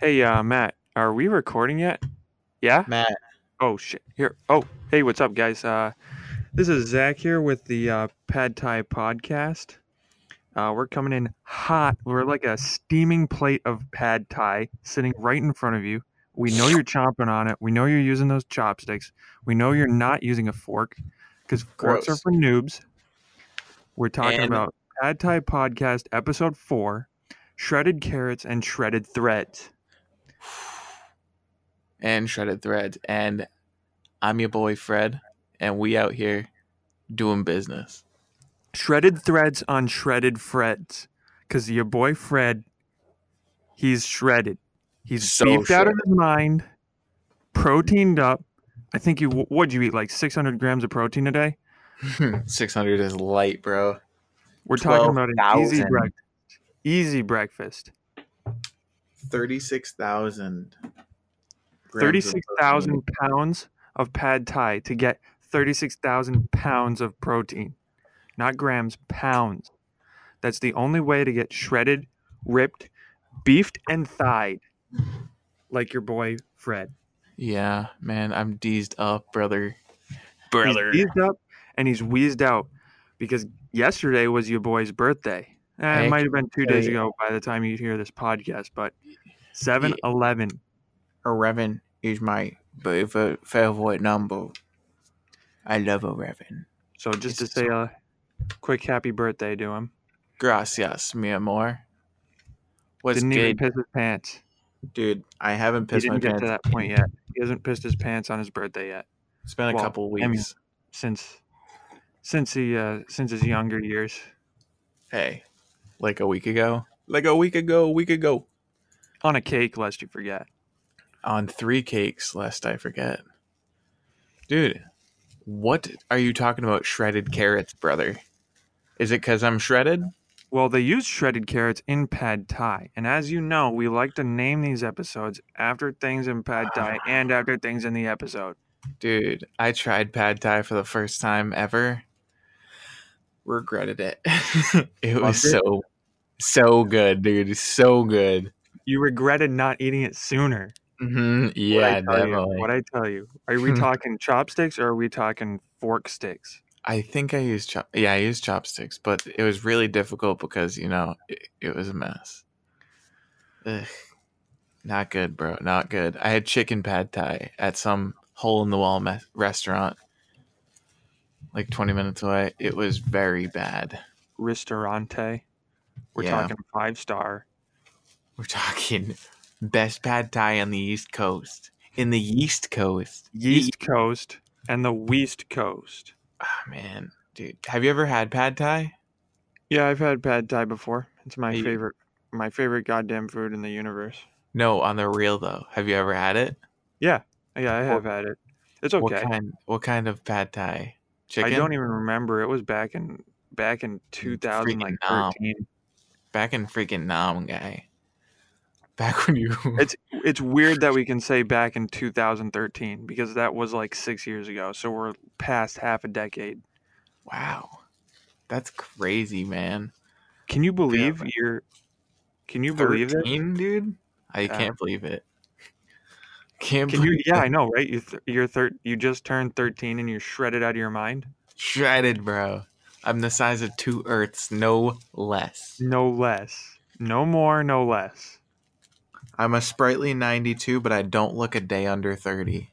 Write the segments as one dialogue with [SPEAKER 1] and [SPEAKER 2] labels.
[SPEAKER 1] Hey, uh, Matt, are we recording yet? Yeah?
[SPEAKER 2] Matt.
[SPEAKER 1] Oh, shit. Here. Oh, hey, what's up, guys? Uh, this is Zach here with the uh, Pad Thai podcast. Uh, we're coming in hot. We're like a steaming plate of Pad Thai sitting right in front of you. We know you're chomping on it. We know you're using those chopsticks. We know you're not using a fork because forks
[SPEAKER 2] Gross.
[SPEAKER 1] are for noobs. We're talking
[SPEAKER 2] And-
[SPEAKER 1] about Pad Thai podcast episode four shredded carrots and shredded threads.
[SPEAKER 2] and Shredded Threads. And I'm your boy Fred, and we out here doing business.
[SPEAKER 1] shredded threads on shredded freds because your boy fred he's shredded he's
[SPEAKER 2] So
[SPEAKER 1] beefed out of his mind proteined up i think you what'd you eat like 600 grams of protein a day
[SPEAKER 2] 600 is light, bro.
[SPEAKER 1] we're talking about an easy
[SPEAKER 2] 12,000.
[SPEAKER 1] breakfast easy breakfast
[SPEAKER 2] 36,000. grams of
[SPEAKER 1] 36000 pounds of pad thai to get 36000 pounds of protein not grams pounds that's the only way to get shredded ripped beefed and thighed like your boy fred
[SPEAKER 2] protein. Yeah, man, I'm deezed up, brother.
[SPEAKER 1] he's wheezed up and he's wheezed out because yesterday was your boy's birthday Eh, it
[SPEAKER 2] Heck
[SPEAKER 1] might have been two days
[SPEAKER 2] yeah.
[SPEAKER 1] ago by the time you hear this podcast but 7-eleven
[SPEAKER 2] Eleven is my favorite favorite number. I love Eleven.
[SPEAKER 1] so just to
[SPEAKER 2] It's-
[SPEAKER 1] say a quick happy birthday to him
[SPEAKER 2] Gracias, mi amor. What's
[SPEAKER 1] didn't even
[SPEAKER 2] good,
[SPEAKER 1] piss his pants
[SPEAKER 2] dude? I haven't
[SPEAKER 1] he
[SPEAKER 2] pissed my
[SPEAKER 1] didn't get
[SPEAKER 2] pants.
[SPEAKER 1] to that point yet. He hasn't pissed his pants on his birthday yet
[SPEAKER 2] It's been a
[SPEAKER 1] Well,
[SPEAKER 2] couple
[SPEAKER 1] I mean-
[SPEAKER 2] weeks.
[SPEAKER 1] since since he uh, since his younger years.
[SPEAKER 2] Hey, like a week ago, like a week ago, a week ago,
[SPEAKER 1] On a cake, lest you forget.
[SPEAKER 2] on three cakes, lest I forget. Dude, what are you talking about? Shredded carrots, brother? Is it because I'm shredded?
[SPEAKER 1] Well, they use shredded carrots in pad thai, and as you know, we like to name these episodes after things in pad thai and after things in the episode.
[SPEAKER 2] Dude, I tried pad thai for the first time ever. Regretted it. it was
[SPEAKER 1] Loved it?
[SPEAKER 2] so, so good, dude. So good.
[SPEAKER 1] You regretted not eating it sooner.
[SPEAKER 2] hmm
[SPEAKER 1] What'd I
[SPEAKER 2] Yeah,
[SPEAKER 1] tell you?
[SPEAKER 2] definitely.
[SPEAKER 1] What I tell you? Are we talking chopsticks or are we talking fork sticks?
[SPEAKER 2] I think I used chop. Yeah, I used chopsticks, but it was really difficult because you know it, it was a mess. Ugh, not good, bro. Not good. I had chicken pad thai at some hole in the wall me- restaurant, like twenty minutes away. It was very bad.
[SPEAKER 1] Ristorante. We're
[SPEAKER 2] Yeah.
[SPEAKER 1] talking five star.
[SPEAKER 2] We're talking best pad thai on the East Coast. In the East Coast,
[SPEAKER 1] East Coast and the West Coast.
[SPEAKER 2] oh, man, dude, have you ever had pad thai?
[SPEAKER 1] Yeah, I've had pad thai before. It's my
[SPEAKER 2] Hey.
[SPEAKER 1] favorite, my favorite goddamn food in the universe.
[SPEAKER 2] No, on the real though. Have you ever had it?
[SPEAKER 1] Yeah, I have had it. It's okay.
[SPEAKER 2] What kind? What kind of pad thai?
[SPEAKER 1] I
[SPEAKER 2] Chicken.
[SPEAKER 1] don't even remember. It was back in back in 2000, like
[SPEAKER 2] Freaking nom.
[SPEAKER 1] 13.
[SPEAKER 2] Back in freaking Nam, guy. Back when you.
[SPEAKER 1] It's it's weird that we can say back in 2013 because that was like six years ago. So we're past half a decade.
[SPEAKER 2] wow, that's crazy, man.
[SPEAKER 1] Can you believe
[SPEAKER 2] man.
[SPEAKER 1] you're? Can you believe it?
[SPEAKER 2] Thirteen, dude. I
[SPEAKER 1] Yeah.
[SPEAKER 2] can't believe it. Can't
[SPEAKER 1] Can
[SPEAKER 2] believe
[SPEAKER 1] you? Yeah, I know, right? You th- you're thir- You just turned 13 and you're shredded out of your mind.
[SPEAKER 2] shredded, bro. I'm the size of two Earths, no less.
[SPEAKER 1] No less. No more. No less.
[SPEAKER 2] I'm a sprightly 92, but I don't look a day under 30.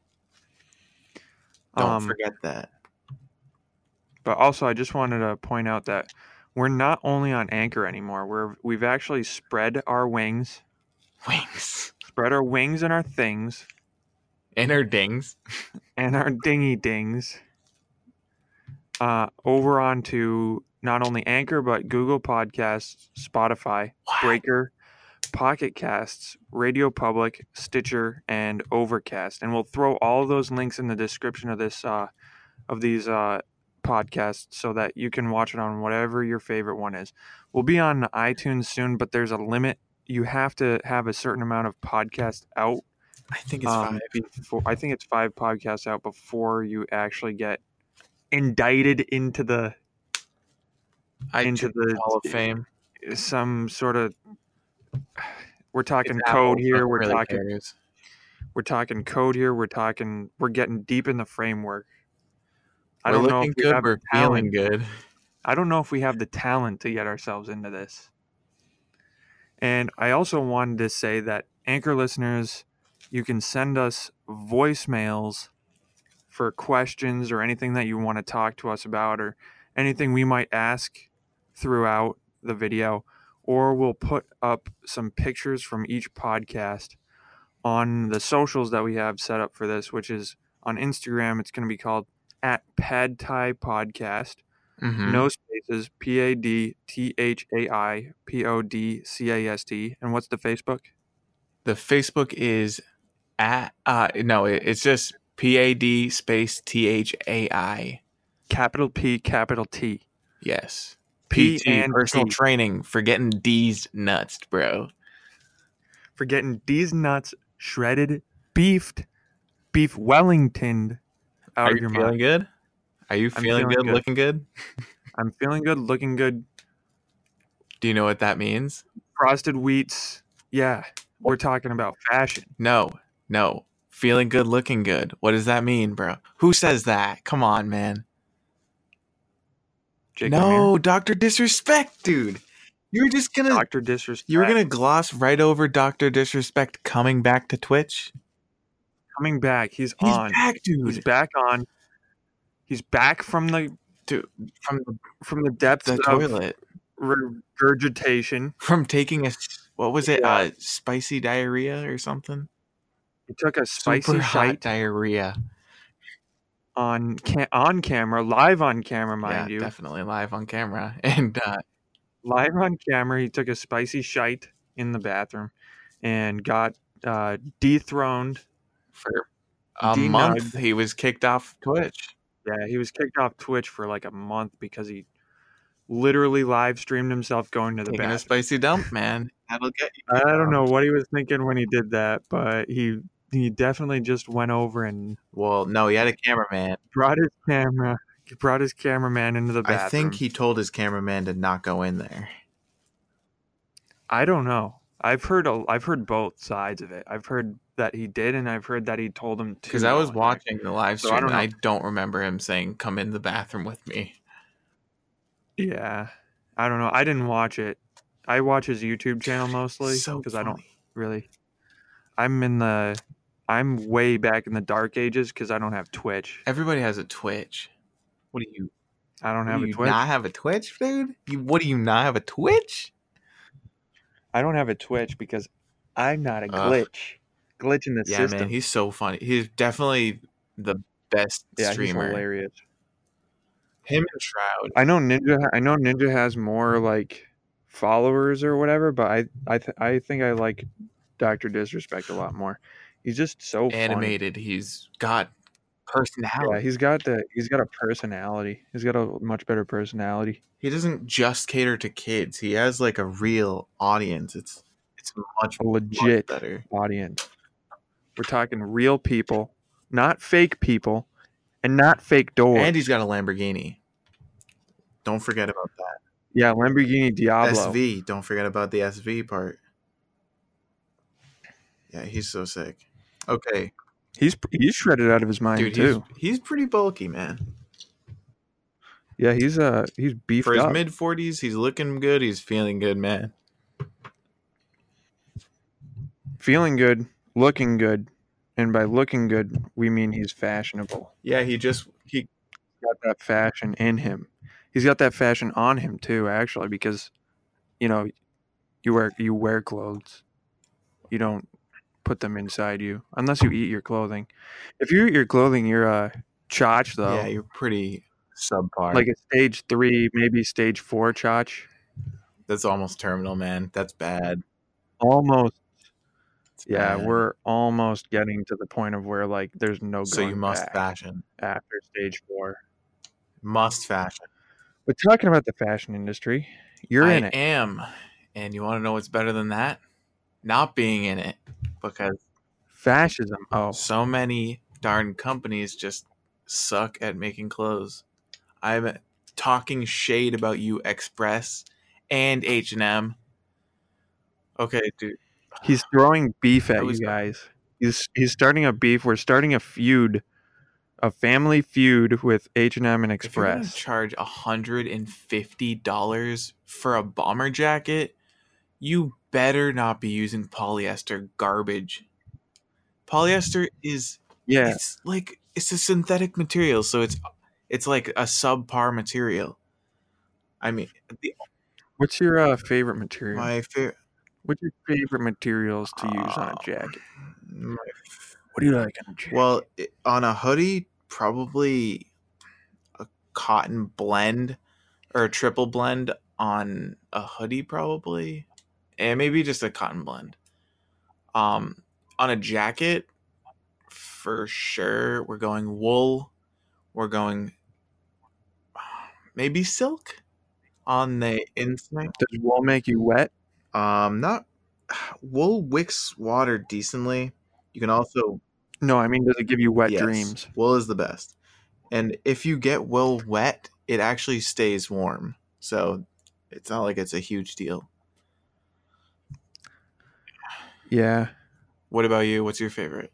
[SPEAKER 2] Don't
[SPEAKER 1] Um,
[SPEAKER 2] forget that.
[SPEAKER 1] But also, I just wanted to point out that we're not only on Anchor anymore. We're we've actually spread our wings,
[SPEAKER 2] Wings.
[SPEAKER 1] spread our wings and our things
[SPEAKER 2] Inner dings.
[SPEAKER 1] and our dingy dings uh, over onto not only Anchor but Google Podcasts, Spotify,
[SPEAKER 2] Wow.
[SPEAKER 1] Breaker, Pocket Casts, Radio Public, Stitcher, and Overcast. And we'll throw all those links in the description of this uh, of these uh, podcasts so that you can watch it on whatever your favorite one is. We'll be on iTunes soon, but there's a limit. You have to have a certain amount of podcasts out.
[SPEAKER 2] I think it's
[SPEAKER 1] um,
[SPEAKER 2] five.
[SPEAKER 1] before- I think it's five podcasts out before you actually get indicted into the
[SPEAKER 2] I
[SPEAKER 1] into
[SPEAKER 2] into
[SPEAKER 1] the
[SPEAKER 2] Hall of Fame.
[SPEAKER 1] some sort of We're talking code here. We're talking we're talking code here. We're talking we're getting deep in the framework. I
[SPEAKER 2] I
[SPEAKER 1] don't
[SPEAKER 2] we're
[SPEAKER 1] know if
[SPEAKER 2] looking
[SPEAKER 1] we
[SPEAKER 2] good.
[SPEAKER 1] have
[SPEAKER 2] We're
[SPEAKER 1] the talent.
[SPEAKER 2] feeling good.
[SPEAKER 1] I don't know if we have the talent to get ourselves into this. And I also wanted to say that anchor listeners, you can send us voicemails for questions or anything that you want to talk to us about or anything we might ask throughout the video or we'll put up some pictures from each podcast on the socials that we have set up for this, which is on Instagram, it's going to be called at Pad Thai Podcast
[SPEAKER 2] Mhm.
[SPEAKER 1] no spaces p a d t h a i p o d c a s t and what's the facebook
[SPEAKER 2] The Facebook is at uh no, it, it's just P A D space T H A I.
[SPEAKER 1] capital p capital t
[SPEAKER 2] Yes.
[SPEAKER 1] P
[SPEAKER 2] PT
[SPEAKER 1] and
[SPEAKER 2] personal
[SPEAKER 1] T.
[SPEAKER 2] training for getting D's nuts, bro.
[SPEAKER 1] for getting these nuts shredded beefed beef wellingtoned out
[SPEAKER 2] Are
[SPEAKER 1] of
[SPEAKER 2] you
[SPEAKER 1] your
[SPEAKER 2] feeling
[SPEAKER 1] mind
[SPEAKER 2] good? Are you
[SPEAKER 1] I'm
[SPEAKER 2] feeling,
[SPEAKER 1] feeling
[SPEAKER 2] good,
[SPEAKER 1] good.
[SPEAKER 2] looking good?
[SPEAKER 1] i'm feeling good looking good
[SPEAKER 2] Do you know what that means?
[SPEAKER 1] frosted wheats yeah we're talking about fashion
[SPEAKER 2] No, no. Feeling good, looking good. What does that mean, bro? Who says that? Come on, man.
[SPEAKER 1] Jake Amir,
[SPEAKER 2] no, Doctor Disrespect, dude. You're just gonna
[SPEAKER 1] dr disrespect
[SPEAKER 2] you were gonna gloss right over Doctor Disrespect coming back to Twitch.
[SPEAKER 1] coming back he's,
[SPEAKER 2] He's
[SPEAKER 1] on
[SPEAKER 2] back, dude.
[SPEAKER 1] he's back on he's back from the
[SPEAKER 2] Dude, from the,
[SPEAKER 1] from the depths
[SPEAKER 2] the
[SPEAKER 1] of
[SPEAKER 2] toilet,
[SPEAKER 1] regurgitation
[SPEAKER 2] from taking a s- what was it?
[SPEAKER 1] Yeah.
[SPEAKER 2] Uh, spicy diarrhea or something?
[SPEAKER 1] He took a spicy
[SPEAKER 2] Super hot
[SPEAKER 1] shite
[SPEAKER 2] diarrhea.
[SPEAKER 1] on ca- on camera, live on camera, mind
[SPEAKER 2] yeah,
[SPEAKER 1] you,
[SPEAKER 2] definitely live on camera. And uh,
[SPEAKER 1] live on camera. He took a spicy shite in the bathroom and got uh, dethroned.
[SPEAKER 2] for a
[SPEAKER 1] D-Nug.
[SPEAKER 2] month, he was kicked off Twitch.
[SPEAKER 1] Yeah, he was kicked off Twitch for like a month because he literally live streamed himself going to the
[SPEAKER 2] Taking a
[SPEAKER 1] bathroom.
[SPEAKER 2] spicy dump, man. That'll get you.
[SPEAKER 1] I don't know what he was thinking when he did that, but he he definitely just went over and
[SPEAKER 2] Well, no, he had a cameraman.
[SPEAKER 1] brought his camera. He brought his cameraman into the bathroom.
[SPEAKER 2] I think he told his cameraman to not go in there.
[SPEAKER 1] I don't know. I've heard a, I've heard both sides of it. I've heard that he did, and I've heard that he told him to.
[SPEAKER 2] Because I was
[SPEAKER 1] go in there.
[SPEAKER 2] watching the live
[SPEAKER 1] So I
[SPEAKER 2] stream,
[SPEAKER 1] don't
[SPEAKER 2] and I don't remember him saying, "Come in the bathroom with me."
[SPEAKER 1] Yeah, I don't know. I didn't watch it. I watch his YouTube channel mostly
[SPEAKER 2] So
[SPEAKER 1] because I don't
[SPEAKER 2] funny.
[SPEAKER 1] really. I'm in the. I'm way back in the dark ages because I don't have Twitch.
[SPEAKER 2] Everybody has a Twitch. What do you?
[SPEAKER 1] I don't
[SPEAKER 2] do
[SPEAKER 1] have a
[SPEAKER 2] you
[SPEAKER 1] Twitch.
[SPEAKER 2] not have a Twitch, dude? You what do you not have a Twitch?
[SPEAKER 1] I don't have a Twitch because I'm not a
[SPEAKER 2] Ugh.
[SPEAKER 1] glitch. Glitch in the
[SPEAKER 2] yeah,
[SPEAKER 1] system.
[SPEAKER 2] man, he's so funny. He's definitely the best
[SPEAKER 1] yeah, he's
[SPEAKER 2] streamer.
[SPEAKER 1] hilarious.
[SPEAKER 2] Him and Shroud.
[SPEAKER 1] I know Ninja. ha- I know Ninja has more like followers or whatever, but I I th- I think I like Doctor Disrespect a lot more. He's just so funny.
[SPEAKER 2] Animated. He's got
[SPEAKER 1] Yeah,
[SPEAKER 2] personality.
[SPEAKER 1] he's got the he's got a personality. He's got a much better personality.
[SPEAKER 2] he doesn't just cater to kids. He has like a real audience. It's it's much
[SPEAKER 1] A
[SPEAKER 2] much
[SPEAKER 1] legit
[SPEAKER 2] better.
[SPEAKER 1] audience. We're talking real people, not fake people, and not fake doors.
[SPEAKER 2] And he's got a Lamborghini. Don't forget about that.
[SPEAKER 1] yeah, Lamborghini Diablo.
[SPEAKER 2] SV. Don't forget about the SV part. Yeah, he's so sick. Okay,
[SPEAKER 1] He's he's shredded out of his mind
[SPEAKER 2] dude, he's,
[SPEAKER 1] too.
[SPEAKER 2] he's pretty bulky, man.
[SPEAKER 1] yeah, he's uh he's beefed
[SPEAKER 2] For his
[SPEAKER 1] up.
[SPEAKER 2] mid forties, he's looking good. He's feeling good, man.
[SPEAKER 1] feeling good, looking good, and by looking good, we mean he's fashionable.
[SPEAKER 2] Yeah, he just he
[SPEAKER 1] He's got that fashion in him. He's got that fashion on him too, actually, because you know, you wear you wear clothes. You don't put them inside you unless you eat your clothing. If you eat your clothing, you're a chotch though.
[SPEAKER 2] yeah, you're pretty subpar.
[SPEAKER 1] like a stage 3, maybe stage 4 chotch.
[SPEAKER 2] that's almost terminal, man. That's bad.
[SPEAKER 1] Almost.
[SPEAKER 2] It's
[SPEAKER 1] Yeah,
[SPEAKER 2] bad.
[SPEAKER 1] we're almost getting to the point of where like there's no going
[SPEAKER 2] so you must
[SPEAKER 1] back
[SPEAKER 2] fashion,
[SPEAKER 1] after stage 4.
[SPEAKER 2] must fashion.
[SPEAKER 1] But talking about the fashion industry, you're
[SPEAKER 2] I
[SPEAKER 1] in it.
[SPEAKER 2] am, and you want to know what's better than that? Not being in it because.
[SPEAKER 1] Fascism. Oh,
[SPEAKER 2] so many darn companies just suck at making clothes. I'm talking shade about you Express and H&M. Okay, dude.
[SPEAKER 1] He's throwing beef at you
[SPEAKER 2] was-
[SPEAKER 1] guys. He's he's starting a beef. We're starting a feud, a family feud with H and M and
[SPEAKER 2] If you're gonna
[SPEAKER 1] Express.
[SPEAKER 2] charge hundred and fifty dollars for a bomber jacket, you better not be using polyester garbage. Polyester is
[SPEAKER 1] yeah,
[SPEAKER 2] it's like it's a synthetic material, so it's it's like a subpar material. I mean, the,
[SPEAKER 1] What's your uh, favorite material?
[SPEAKER 2] my favorite.
[SPEAKER 1] What's your favorite materials to use on
[SPEAKER 2] Ah,
[SPEAKER 1] a jacket? What do you like on a jacket?
[SPEAKER 2] Mm, Well, it, on a hoodie, probably a cotton blend or a triple blend on a hoodie, probably, and maybe just a cotton blend. Um, on a jacket, for sure, we're going wool. We're going uh, maybe silk on the inside.
[SPEAKER 1] does wool make you wet?
[SPEAKER 2] Um, not wool wicks water decently. You can also
[SPEAKER 1] No, I mean, does it give you wet
[SPEAKER 2] Yes,
[SPEAKER 1] dreams?
[SPEAKER 2] Wool is the best. And if you get wool wet, it actually stays warm. So it's not like it's a huge deal.
[SPEAKER 1] Yeah,
[SPEAKER 2] What about you? What's your favorite?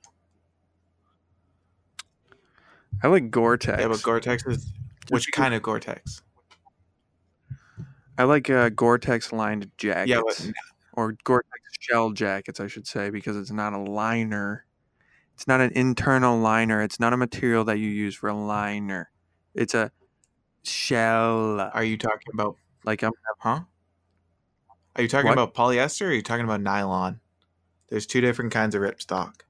[SPEAKER 1] I like Gore-Tex.
[SPEAKER 2] Yeah, but Gore-Tex is which kind of Gore-Tex?
[SPEAKER 1] I like uh, Gore-Tex lined jackets.
[SPEAKER 2] Yeah, but
[SPEAKER 1] or Gore-Tex shell jackets, I should say, because it's not a liner. It's not an internal liner. It's not a material that you use for a liner. It's a shell.
[SPEAKER 2] are you talking about
[SPEAKER 1] Like um, I'm
[SPEAKER 2] huh? Are you talking
[SPEAKER 1] What?
[SPEAKER 2] about polyester or are you talking about nylon? There's two different kinds of ripstock.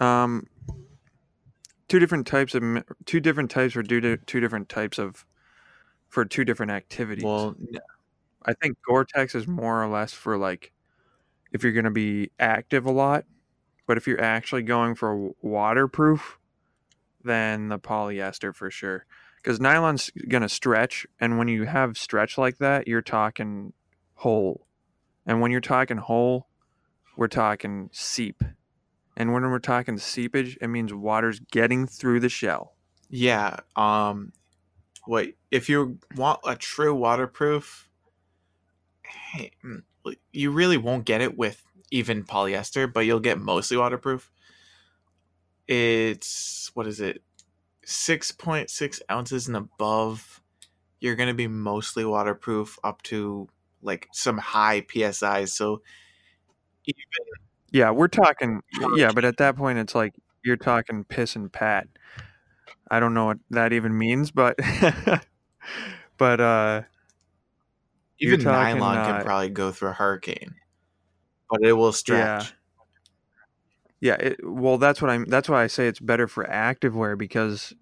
[SPEAKER 1] um two different types of ma- two different types for two, di- two different types of for two different activities.
[SPEAKER 2] Well, n-
[SPEAKER 1] I think Gore-Tex is more or less for like if you're going to be active a lot, but if you're actually going for w- waterproof, then the polyester for sure. Because nylon's going to stretch, and when you have stretch like that, you're talking hole, and when you're talking hole, we're talking seep, and when we're talking seepage, it means water's getting through the shell.
[SPEAKER 2] yeah, um what if you want a true waterproof hey, mm, like, you really won't get it with even polyester, but you'll get mostly waterproof. It's what is it? 6.6 ounces and above. You're going to be mostly waterproof up to like some high PSIs. So even
[SPEAKER 1] Yeah, we're talking.
[SPEAKER 2] Sure.
[SPEAKER 1] Yeah, but at that point, it's like you're talking piss and pat. I don't know what that even means, but but uh, You're
[SPEAKER 2] even
[SPEAKER 1] talking,
[SPEAKER 2] nylon
[SPEAKER 1] uh,
[SPEAKER 2] can probably go through a hurricane, but it will stretch.
[SPEAKER 1] yeah. It, well, that's what I'm. That's why I say it's better for activewear because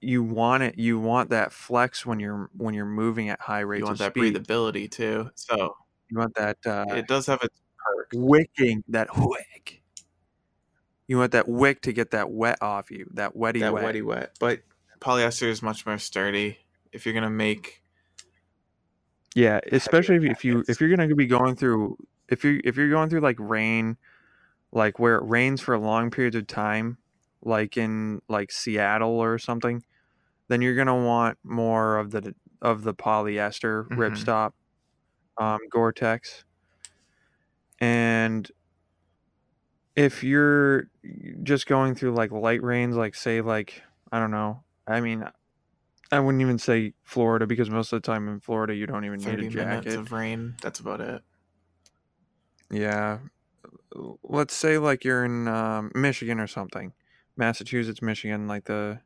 [SPEAKER 1] you want it. You want that flex when you're when you're moving at high rates
[SPEAKER 2] You
[SPEAKER 1] of
[SPEAKER 2] want that
[SPEAKER 1] speed.
[SPEAKER 2] breathability too. So
[SPEAKER 1] You want that uh,
[SPEAKER 2] it does have its perks.
[SPEAKER 1] wicking. That wick. You want that wick to get that wet off you. That wetty
[SPEAKER 2] that
[SPEAKER 1] wet.
[SPEAKER 2] wetty wet. But polyester is much more sturdy. If you're gonna make
[SPEAKER 1] Yeah, especially if, if you
[SPEAKER 2] jackets.
[SPEAKER 1] if you're gonna be going through if you if you're going through like rain, like where it rains for long periods of time, like in like Seattle or something, then you're gonna want more of the of the polyester
[SPEAKER 2] Mhm.
[SPEAKER 1] ripstop, um, Gore-Tex, and if you're just going through like light rains, like say like I don't know, I mean. I wouldn't even say Florida because most of the time in Florida you don't even need a
[SPEAKER 2] thirty minutes
[SPEAKER 1] jacket.
[SPEAKER 2] of rain, that's about it.
[SPEAKER 1] Yeah. L- Let's say like you're in um, Michigan or something, Massachusetts, Michigan, like the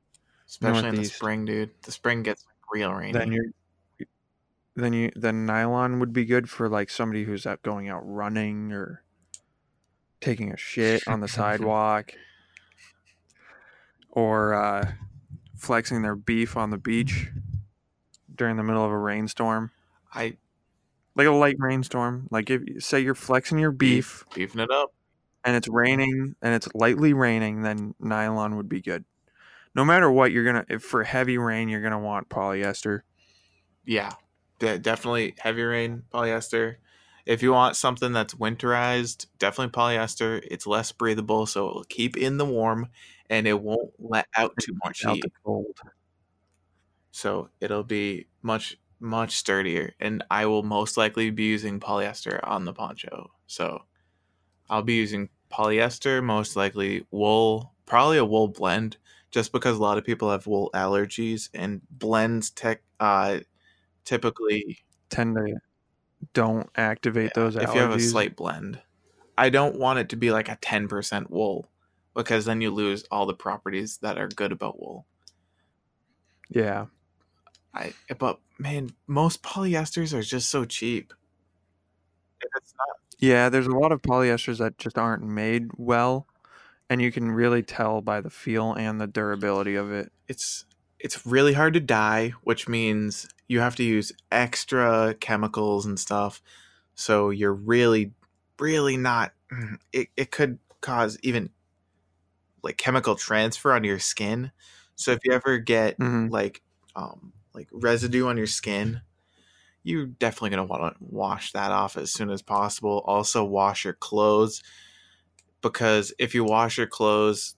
[SPEAKER 2] Especially in the
[SPEAKER 1] Northeast.
[SPEAKER 2] spring, dude. The spring gets real rainy.
[SPEAKER 1] then you're then you then nylon would be good for like somebody who's out going out running or taking a shit on the sidewalk or uh, flexing their beef on the beach during the middle of a rainstorm,
[SPEAKER 2] I
[SPEAKER 1] like a light rainstorm. Like if say you're flexing your beef.
[SPEAKER 2] beefing it up.
[SPEAKER 1] and it's raining and it's lightly raining, then nylon would be good. No matter what, you're gonna if for heavy rain, you're gonna want polyester.
[SPEAKER 2] Yeah. De- definitely heavy rain, polyester. If you want something that's winterized, definitely polyester. It's less breathable, so it'll keep in the warm and it won't let out too much
[SPEAKER 1] Out
[SPEAKER 2] heat.
[SPEAKER 1] the cold.
[SPEAKER 2] So it'll be much much sturdier, and I will most likely be using polyester on the poncho. So I'll be using polyester, most likely wool, probably a wool blend, just because a lot of people have wool allergies, and blends tech uh, typically
[SPEAKER 1] Tend to don't activate those allergies.
[SPEAKER 2] if you have a slight blend. I don't want it to be like a 10% wool because then you lose all the properties that are good about wool.
[SPEAKER 1] yeah,
[SPEAKER 2] I but man, most polyesters are just so cheap. If it's not
[SPEAKER 1] yeah. There's a lot of polyesters that just aren't made well, and you can really tell by the feel and the durability of it.
[SPEAKER 2] it's it's really hard to dye, which means you have to use extra chemicals and stuff. So you're really really not mm, it it could cause even like chemical transfer on your skin. So if you ever get
[SPEAKER 1] Mhm.
[SPEAKER 2] like um like residue on your skin you're definitely going to want to wash that off as soon as possible also wash your clothes because if you wash your clothes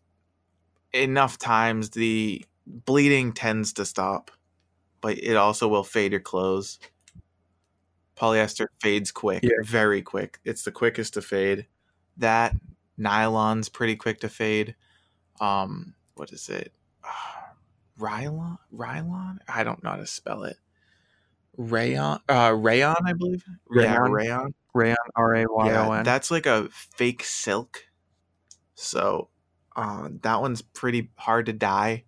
[SPEAKER 2] enough times the bleeding tends to stop but it also will fade your clothes polyester fades quick
[SPEAKER 1] Yeah.
[SPEAKER 2] very quick it's the quickest to fade that nylon's pretty quick to fade um what is it Rylon, Rylon. I don't know how to spell it. Rayon, uh, rayon, I believe. Yeah,
[SPEAKER 1] Rayon?
[SPEAKER 2] rayon.
[SPEAKER 1] Rayon R A Y O
[SPEAKER 2] Yeah,
[SPEAKER 1] N.
[SPEAKER 2] that's like a fake silk. So, uh, that one's pretty hard to dye,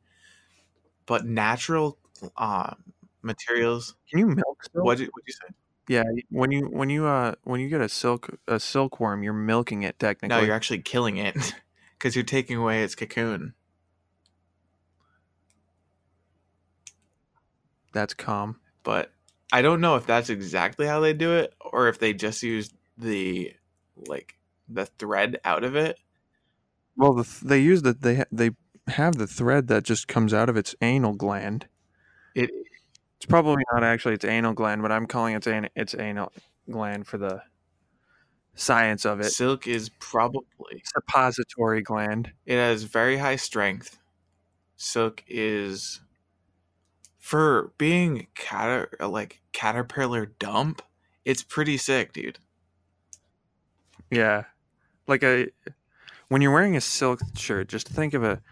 [SPEAKER 2] but natural uh, materials.
[SPEAKER 1] Can you milk silk?
[SPEAKER 2] What did what you say?
[SPEAKER 1] Yeah, when you when you uh when you get a silk a silkworm, you're milking it technically.
[SPEAKER 2] No, you're actually killing it because you're taking away its cocoon.
[SPEAKER 1] That's calm.
[SPEAKER 2] but I don't know if that's exactly how they do it or if they just use the like the thread out of it.
[SPEAKER 1] Well, the th- they use the they ha- they have the thread that just comes out of its anal gland.
[SPEAKER 2] It
[SPEAKER 1] It's probably not actually its anal gland, but I'm calling its an- its anal gland for the science of it.
[SPEAKER 2] silk is probably
[SPEAKER 1] It's a suppository gland.
[SPEAKER 2] it has very high strength. Silk is for being cater like caterpillar dump. It's pretty sick, dude.
[SPEAKER 1] Yeah, like a when you're wearing a silk shirt, just think of a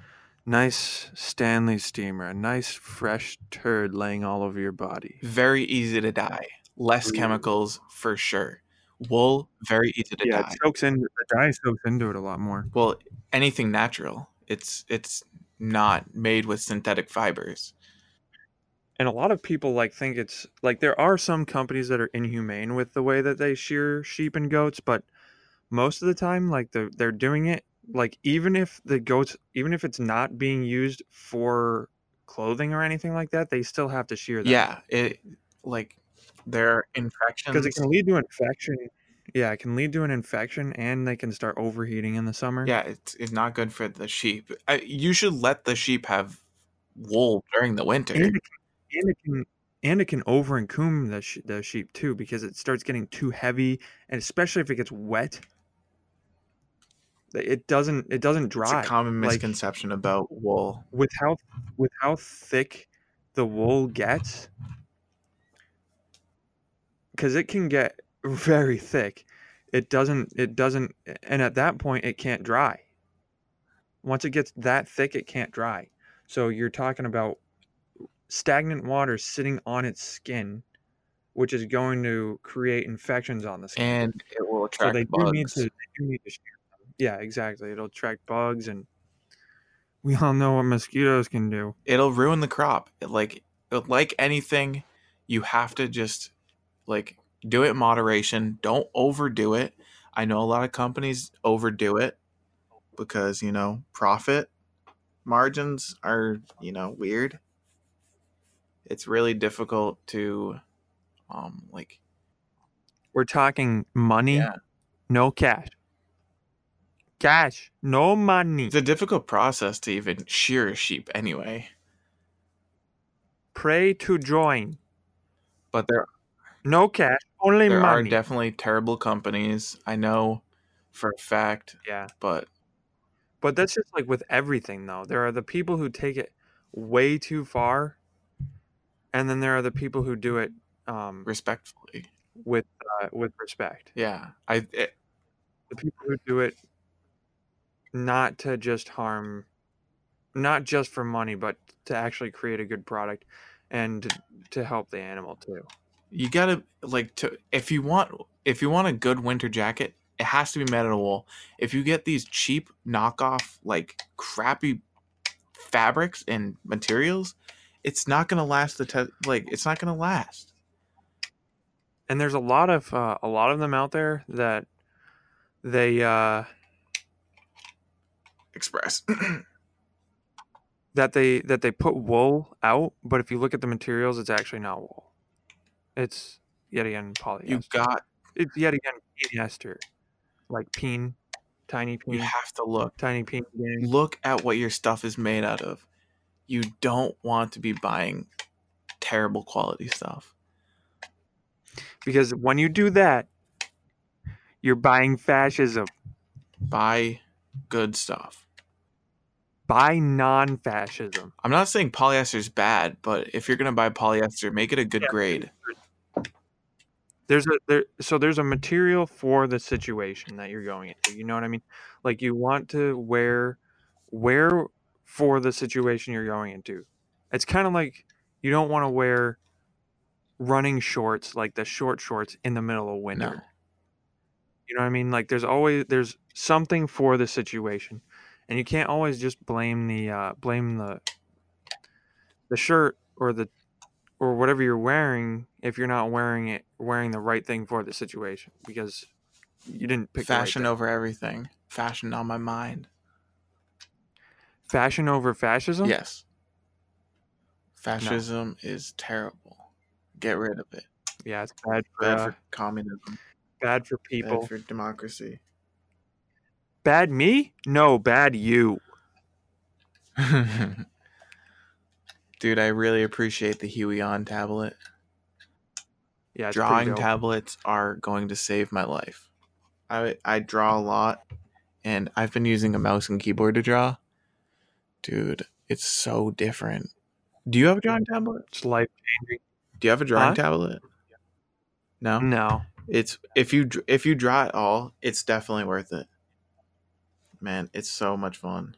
[SPEAKER 1] nice Stanley steamer, a nice fresh turd laying all over your body.
[SPEAKER 2] Very easy to dye. Less
[SPEAKER 1] Ooh.
[SPEAKER 2] chemicals for sure. Wool very easy to
[SPEAKER 1] Yeah,
[SPEAKER 2] dye.
[SPEAKER 1] it soaks in the dye soaks into it a lot more.
[SPEAKER 2] well anything natural it's it's not made with synthetic fibers
[SPEAKER 1] and a lot of people like think it's like there are some companies that are inhumane with the way that they shear sheep and goats but most of the time like they're, they're doing it like even if the goats even if it's not being used for clothing or anything like that they still have to shear them
[SPEAKER 2] yeah it like there are infections
[SPEAKER 1] because it can lead to infection yeah it can lead to an infection and they can start overheating in the summer
[SPEAKER 2] yeah it's, it's not good for the sheep I, you should let the sheep have wool during the winter
[SPEAKER 1] and it can, and it can and it can over encumb the, sh- the sheep too because it starts getting too heavy and especially if it gets wet that it doesn't it doesn't
[SPEAKER 2] it's
[SPEAKER 1] dry
[SPEAKER 2] a common
[SPEAKER 1] like-
[SPEAKER 2] misconception about wool
[SPEAKER 1] with how with how thick the wool gets because it can get very thick it doesn't it doesn't and at that point it can't dry once it gets that thick it can't dry so you're talking about stagnant water sitting on its skin which is going to create infections on the skin
[SPEAKER 2] and it will
[SPEAKER 1] so
[SPEAKER 2] attract
[SPEAKER 1] they do
[SPEAKER 2] bugs
[SPEAKER 1] need to. They do need to share them. Yeah, exactly. It'll attract bugs, and we all know what mosquitoes can do.
[SPEAKER 2] it'll ruin the crop It, like like anything you have to just like do it in moderation don't overdo it i know a lot of companies overdo it because you know profit margins are you know weird it's really difficult to um like
[SPEAKER 1] We're talking money,
[SPEAKER 2] Yeah.
[SPEAKER 1] no cash. Cash, no money.
[SPEAKER 2] it's a difficult process to even shear a sheep anyway
[SPEAKER 1] Pray to join.
[SPEAKER 2] but there
[SPEAKER 1] No cash, only
[SPEAKER 2] there are
[SPEAKER 1] money.
[SPEAKER 2] definitely terrible companies i know for a fact
[SPEAKER 1] yeah,
[SPEAKER 2] but
[SPEAKER 1] but that's just like with everything, though. There are the people who take it way too far, and then there are the people who do it um,
[SPEAKER 2] respectfully.
[SPEAKER 1] with uh, with respect.
[SPEAKER 2] Yeah, I it,
[SPEAKER 1] The people who do it not to just harm, not just for money, but to actually create a good product and to help the animal too.
[SPEAKER 2] you gotta like to if you want if you want a good winter jacket, it has to be made out of wool. If you get these cheap knockoff like crappy fabrics and materials, it's not gonna last the test. Like it's not gonna last.
[SPEAKER 1] and there's a lot of uh, a lot of them out there that they uh,
[SPEAKER 2] Express.
[SPEAKER 1] that they that they put wool out, but if you look at the materials, it's actually not wool. It's yet again polyester.
[SPEAKER 2] You got.
[SPEAKER 1] it's yet again polyester, like peen, tiny
[SPEAKER 2] You
[SPEAKER 1] peen,
[SPEAKER 2] have to look.
[SPEAKER 1] tiny peen. gang.
[SPEAKER 2] look at what your stuff is made out of. You don't want to be buying terrible quality stuff.
[SPEAKER 1] Because when you do that, you're buying fascism.
[SPEAKER 2] Buy good stuff.
[SPEAKER 1] Buy non-fascism.
[SPEAKER 2] I'm not saying polyester is bad, but if you're going to buy polyester, make it a good
[SPEAKER 1] Yeah.
[SPEAKER 2] grade.
[SPEAKER 1] there's a there so there's a material for the situation that you're going into you know what i mean like you want to wear wear for the situation you're going into it's kind of like you don't want to wear running shorts like the short shorts in the middle of winter
[SPEAKER 2] No.
[SPEAKER 1] you know what i mean like there's always there's something for the situation and you can't always just blame the uh blame the the shirt or the or whatever you're wearing if you're not wearing it wearing the right thing for the situation because you didn't pick the right
[SPEAKER 2] Fashion
[SPEAKER 1] thing.
[SPEAKER 2] over everything. Fashion on my mind.
[SPEAKER 1] fashion over fascism
[SPEAKER 2] Yes. Fascism is terrible. Get rid of it.
[SPEAKER 1] yeah it's bad for,
[SPEAKER 2] Bad
[SPEAKER 1] uh,
[SPEAKER 2] for communism.
[SPEAKER 1] bad for people
[SPEAKER 2] Bad for democracy.
[SPEAKER 1] bad me no bad you
[SPEAKER 2] Dude, I really appreciate the Huey on tablet.
[SPEAKER 1] yeah it's pretty
[SPEAKER 2] drawing
[SPEAKER 1] dope.
[SPEAKER 2] tablets are going to save my life. I I draw a lot, and I've been using a mouse and keyboard to draw. Dude, it's so different. Do you have a drawing tablet?
[SPEAKER 1] it's life changing
[SPEAKER 2] Do you have a drawing
[SPEAKER 1] Huh? Mm.
[SPEAKER 2] tablet? No.
[SPEAKER 1] no
[SPEAKER 2] It's if you dr- if you draw at all, it's definitely worth it. Man, it's so much fun.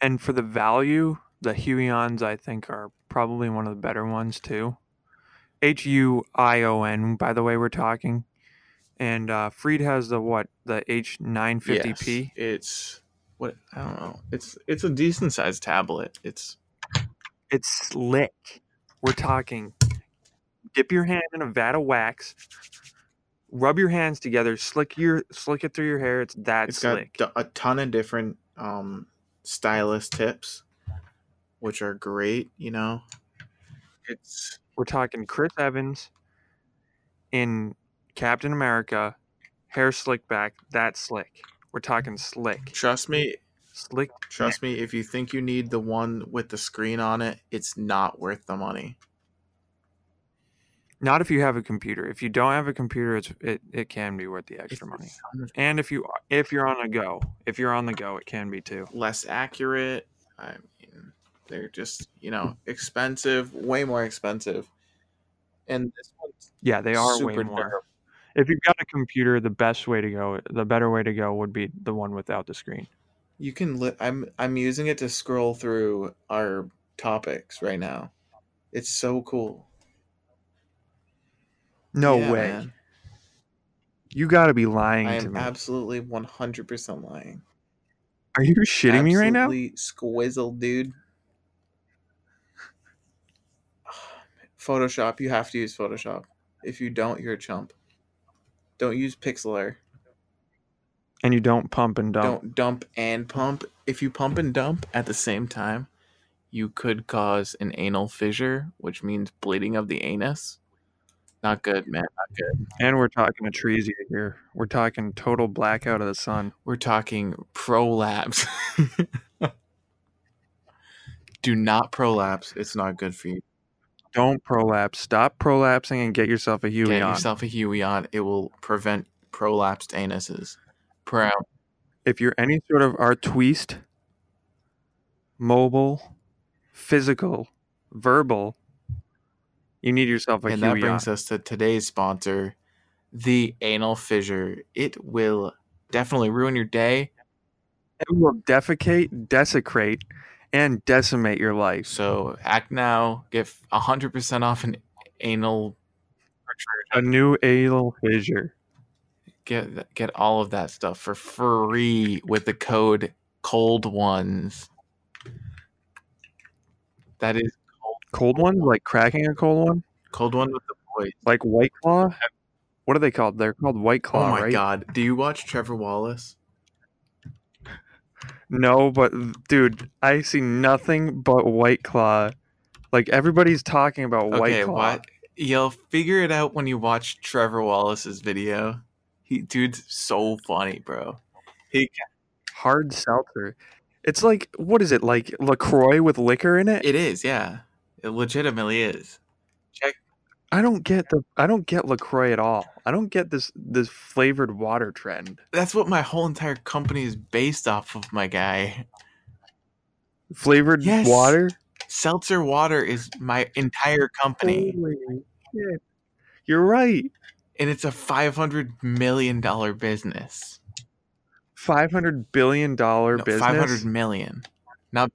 [SPEAKER 1] and for the value, the Huions I think are probably one of the better ones too. H U I O N. By the way, we're talking, and uh, Freed has the what the H nine fifty
[SPEAKER 2] Yes,
[SPEAKER 1] P.
[SPEAKER 2] It's what I don't know. It's it's a decent sized tablet. It's
[SPEAKER 1] It's slick. We're talking. Dip your hand in a vat of wax. Rub your hands together. Slick your slick it through your hair. It's that
[SPEAKER 2] it's got
[SPEAKER 1] slick.
[SPEAKER 2] d- a ton of different um, stylus tips, which are great. You know, it's
[SPEAKER 1] We're talking Chris Evans in Captain America, hair slicked back, that slick. We're talking slick.
[SPEAKER 2] trust me,
[SPEAKER 1] Slick.
[SPEAKER 2] trust me. If you think you need the one with the screen on it, it's not worth the money.
[SPEAKER 1] Not if you have a computer. If you don't have a computer, it's it, it can be worth the extra money.
[SPEAKER 2] It's so much
[SPEAKER 1] And if you are- if you're on the go, if you're on the go, it can be too.
[SPEAKER 2] less accurate. I mean, they're just you know expensive, way more expensive. And this one's
[SPEAKER 1] Yeah, they are way
[SPEAKER 2] Super
[SPEAKER 1] more.
[SPEAKER 2] durable.
[SPEAKER 1] If you've got a computer, the best way to go, the better way to go would be the one without the screen.
[SPEAKER 2] You can li- I'm I'm using it to scroll through our topics right now. It's so cool.
[SPEAKER 1] No
[SPEAKER 2] Yeah,
[SPEAKER 1] way.
[SPEAKER 2] man.
[SPEAKER 1] You got to be lying
[SPEAKER 2] I
[SPEAKER 1] to
[SPEAKER 2] am
[SPEAKER 1] me.
[SPEAKER 2] absolutely 100% lying.
[SPEAKER 1] are you shitting me right now?
[SPEAKER 2] Absolutely Squizzled, dude. Photoshop, you have to use Photoshop. If you don't, you're a chump. Don't use Pixlr.
[SPEAKER 1] And you don't pump and dump.
[SPEAKER 2] Don't dump and pump. If you pump and dump at the same time, you could cause an anal fissure, which means bleeding of the anus. Not good, man. Not good.
[SPEAKER 1] And we're talking atresia here. We're talking total blackout of the sun.
[SPEAKER 2] We're talking prolapse. Do not prolapse. It's not good for you.
[SPEAKER 1] Don't prolapse. Stop prolapsing and get yourself a Huey
[SPEAKER 2] Get
[SPEAKER 1] on.
[SPEAKER 2] yourself a Huey on. It will prevent prolapsed anuses. Pro-
[SPEAKER 1] If you're any sort of artiste, mobile, physical, verbal, You need yourself a
[SPEAKER 2] and that
[SPEAKER 1] Huey
[SPEAKER 2] brings us to today's sponsor, the anal fissure. It will definitely ruin your day.
[SPEAKER 1] It will defecate, desecrate, and decimate your life.
[SPEAKER 2] So act now. Get hundred percent off an anal.
[SPEAKER 1] A new anal fissure.
[SPEAKER 2] Get get all of that stuff for free with the code cold ones. That is
[SPEAKER 1] Cold one, like cracking a cold one,
[SPEAKER 2] cold one with the boys.
[SPEAKER 1] like White Claw. What are they called? They're called White Claw,
[SPEAKER 2] oh my
[SPEAKER 1] right?
[SPEAKER 2] god! Do you watch Trevor Wallace?
[SPEAKER 1] No, but dude, I see nothing but White Claw. Like everybody's talking about White
[SPEAKER 2] okay,
[SPEAKER 1] Claw.
[SPEAKER 2] what? You'll figure it out when you watch Trevor Wallace's video. He dude's so funny, bro.
[SPEAKER 1] Hard seltzer. It's like what is it? Like Lacroix with liquor in it?
[SPEAKER 2] It is, yeah. It legitimately is.
[SPEAKER 1] I don't get the I don't get Lacroix at all. I don't get this this flavored water trend.
[SPEAKER 2] That's what my whole entire company is based off of, my guy.
[SPEAKER 1] Flavored
[SPEAKER 2] Yes.
[SPEAKER 1] water.
[SPEAKER 2] Seltzer water is my entire company,
[SPEAKER 1] Holy shit. You're right.
[SPEAKER 2] and it's a five hundred million dollar business.
[SPEAKER 1] Five hundred billion dollar business.
[SPEAKER 2] Five hundred million. Not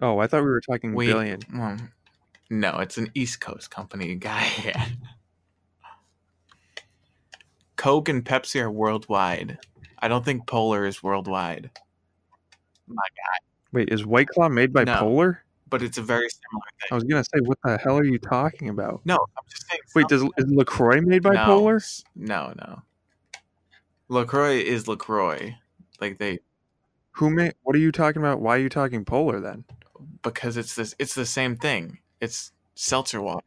[SPEAKER 1] Oh, I thought we were talking
[SPEAKER 2] Wait.
[SPEAKER 1] billion.
[SPEAKER 2] well, Mm. no, it's an East Coast company, guy. Coke and Pepsi are worldwide. I don't think Polar is worldwide,
[SPEAKER 1] Wait, is White Claw made by
[SPEAKER 2] No.
[SPEAKER 1] Polar?
[SPEAKER 2] but it's a very similar thing.
[SPEAKER 1] I was gonna say, what the hell are you talking about?
[SPEAKER 2] No, I'm just saying.
[SPEAKER 1] Wait, does is Lacroix made by
[SPEAKER 2] no,
[SPEAKER 1] Polar?
[SPEAKER 2] s- No, no. Lacroix is Lacroix, like they
[SPEAKER 1] Who made? What are you talking about? Why are you talking Polar then?
[SPEAKER 2] because it's this. It's the same thing. It's seltzer water.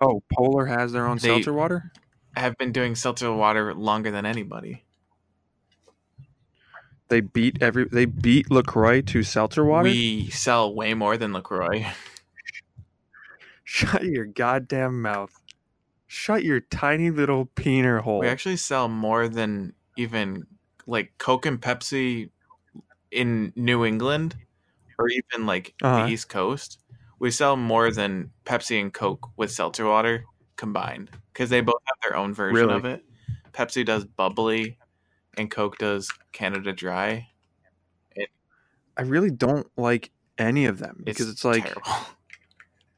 [SPEAKER 1] Oh, Polar has their own
[SPEAKER 2] They-
[SPEAKER 1] seltzer water.
[SPEAKER 2] I have been doing seltzer water longer than anybody.
[SPEAKER 1] They beat every. They beat Lacroix to seltzer water.
[SPEAKER 2] We sell way more than Lacroix.
[SPEAKER 1] Shut your goddamn mouth. Shut your tiny little peener hole.
[SPEAKER 2] We actually sell more than even like Coke and Pepsi in New England or even like
[SPEAKER 1] Uh-huh.
[SPEAKER 2] the East Coast. We sell more than Pepsi and Coke with seltzer water combined because they both have their own version
[SPEAKER 1] Really?
[SPEAKER 2] of it. Pepsi does bubbly and Coke does Canada Dry.
[SPEAKER 1] I really don't like any of them
[SPEAKER 2] It's
[SPEAKER 1] because it's like
[SPEAKER 2] terrible.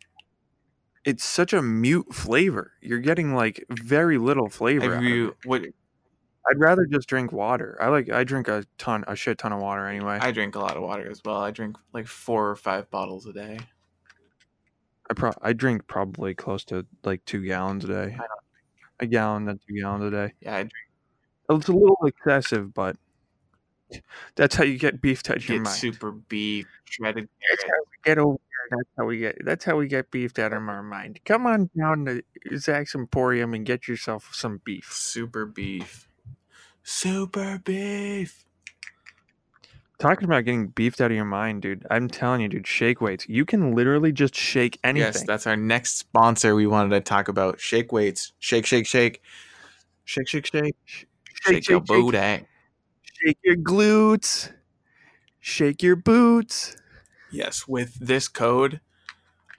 [SPEAKER 1] it's such a mute flavor. You're getting like very little flavor.
[SPEAKER 2] Have
[SPEAKER 1] out of
[SPEAKER 2] you
[SPEAKER 1] it.
[SPEAKER 2] what
[SPEAKER 1] I'd rather just drink water. I like I drink a ton, a shit ton of water anyway.
[SPEAKER 2] I drink a lot of water as well. I drink like four or five bottles a day.
[SPEAKER 1] I pro- I drink probably close to like two gallons a day. A gallon to two gallons a day.
[SPEAKER 2] Yeah, I
[SPEAKER 1] It's a little excessive, but that's how you get beef out of your
[SPEAKER 2] get
[SPEAKER 1] mind.
[SPEAKER 2] super beef, shredded
[SPEAKER 1] That's
[SPEAKER 2] carrots.
[SPEAKER 1] how we get over here. That's how we get. That's how we get beefed out of our mind. Come on down to Zach's Emporium and get yourself some beef.
[SPEAKER 2] Super beef. Super beef.
[SPEAKER 1] Talking about getting beefed out of your mind, dude. I'm telling you, dude. Shake weights. You can literally just shake anything.
[SPEAKER 2] Yes, that's our next sponsor we wanted to talk about. Shake weights. Shake, shake, shake. Shake, shake, shake. Shake, your booty.
[SPEAKER 1] shake your glutes. Shake your boots.
[SPEAKER 2] Yes, with this code,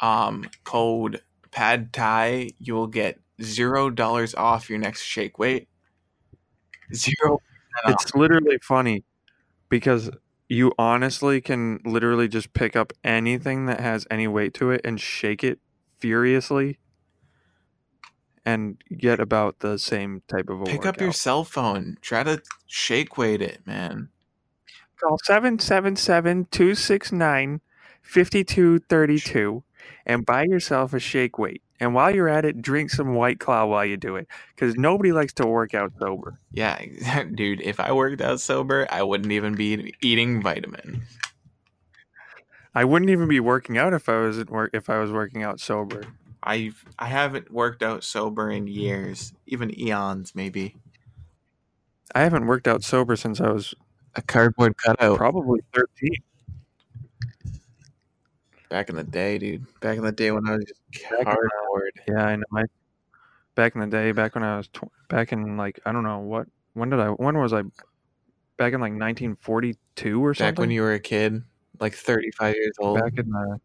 [SPEAKER 2] um, code pad tie, you will get zero dollars off your next shake weight. Zero. Yeah.
[SPEAKER 1] It's literally funny because you honestly can literally just pick up anything that has any weight to it and shake it furiously and get about the same type of a
[SPEAKER 2] Pick
[SPEAKER 1] workout.
[SPEAKER 2] up your cell phone. Try to shake weight it, man.
[SPEAKER 1] call 777-269-5232 and buy yourself a shake weight. And while you're at it, drink some White Claw while you do it cuz nobody likes to work out sober.
[SPEAKER 2] Yeah, dude. If I worked out sober, I wouldn't even be eating vitamins.
[SPEAKER 1] I wouldn't even be working out if I wasn't work if I was working out sober.
[SPEAKER 2] I I haven't worked out sober in years, even eons maybe.
[SPEAKER 1] I haven't worked out sober since I was
[SPEAKER 2] A cardboard cutout
[SPEAKER 1] probably 13.
[SPEAKER 2] back in the day, dude. Back in the day when I was just
[SPEAKER 1] in the-
[SPEAKER 2] cardboard.
[SPEAKER 1] Yeah, I know. I, back in the day, back when I was tw- back in like I don't know what when did I when was I back in like 1942 or something.
[SPEAKER 2] Back when you were a kid, like 35 years old,
[SPEAKER 1] back in the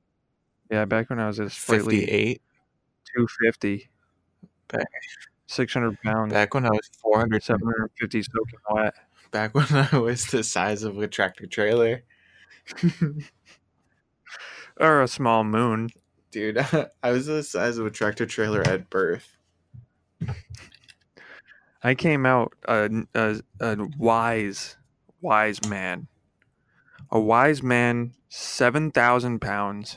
[SPEAKER 1] yeah back when I was a slightly
[SPEAKER 2] 58.
[SPEAKER 1] 250.
[SPEAKER 2] Back-
[SPEAKER 1] 600 pounds,
[SPEAKER 2] Back when I was 400,
[SPEAKER 1] 750 soaking wet.
[SPEAKER 2] back when I was the size of a tractor trailer,
[SPEAKER 1] Or a small moon.
[SPEAKER 2] dude, I was the size of a tractor trailer at birth.
[SPEAKER 1] I came out a, a, a wise, wise man. A wise man, 7,000 pounds.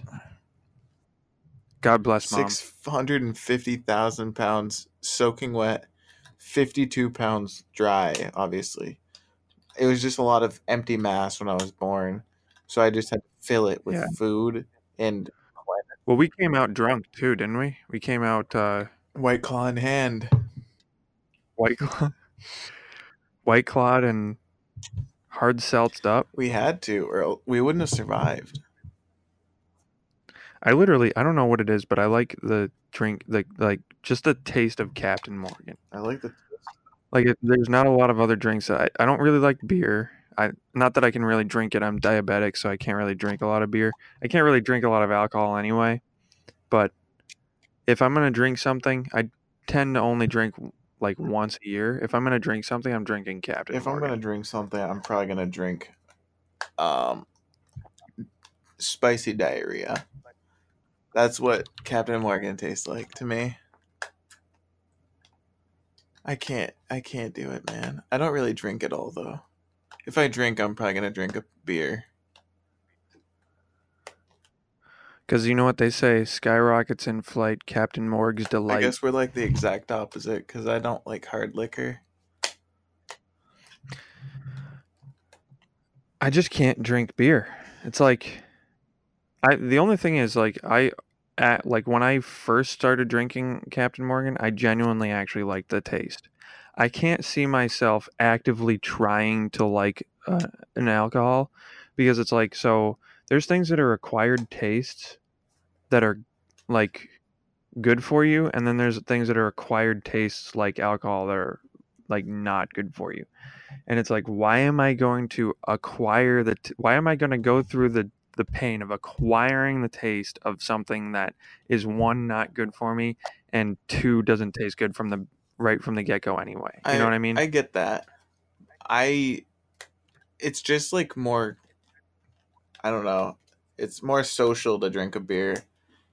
[SPEAKER 1] God bless mom.
[SPEAKER 2] 650,000 pounds soaking wet, 52 pounds dry, obviously. It was just a lot of empty mass when I was born. So I just had to fill it with
[SPEAKER 1] Yeah.
[SPEAKER 2] food and
[SPEAKER 1] Well, we came out drunk too, didn't we? We came out uh,
[SPEAKER 2] white claw in hand.
[SPEAKER 1] white claw, white clawed and hard seltzed up.
[SPEAKER 2] We had to, or we wouldn't have survived.
[SPEAKER 1] I literally, I don't know what it is, but I like the drink, like like just the taste of Captain Morgan.
[SPEAKER 2] I like the.
[SPEAKER 1] Like, it, there's not a lot of other drinks. That I, I don't really like beer. I not that I can really drink it. I'm diabetic, so I can't really drink a lot of beer. I can't really drink a lot of alcohol anyway. But if I'm gonna drink something, I tend to only drink like once a year. If I'm gonna drink something, I'm drinking Captain.
[SPEAKER 2] If I'm
[SPEAKER 1] Morgan.
[SPEAKER 2] gonna drink something, I'm probably gonna drink, um, spicy diarrhea. That's what Captain Morgan tastes like to me. I can't, I can't do it, man. I don't really drink at all, though. If I drink, I'm probably gonna drink a beer.
[SPEAKER 1] Because you know what they say, skyrockets in flight, Captain Morg's
[SPEAKER 2] I
[SPEAKER 1] delight.
[SPEAKER 2] guess we're like the exact opposite because I don't like hard liquor.
[SPEAKER 1] I just can't drink beer. It's like, I the only thing is like I, at, like when I first started drinking Captain Morgan, I genuinely actually liked the taste. I can't see myself actively trying to like uh, an alcohol because it's like so. There's things that are acquired tastes that are like good for you, and then there's things that are acquired tastes like alcohol that are like not good for you and it's like why am i going to acquire the t- why am i going to go through the the pain of acquiring the taste of something that is one not good for me and two doesn't taste good from the right from the get-go anyway you know what i mean
[SPEAKER 2] I get that. I it's just like more I don't know. It's more social to drink a beer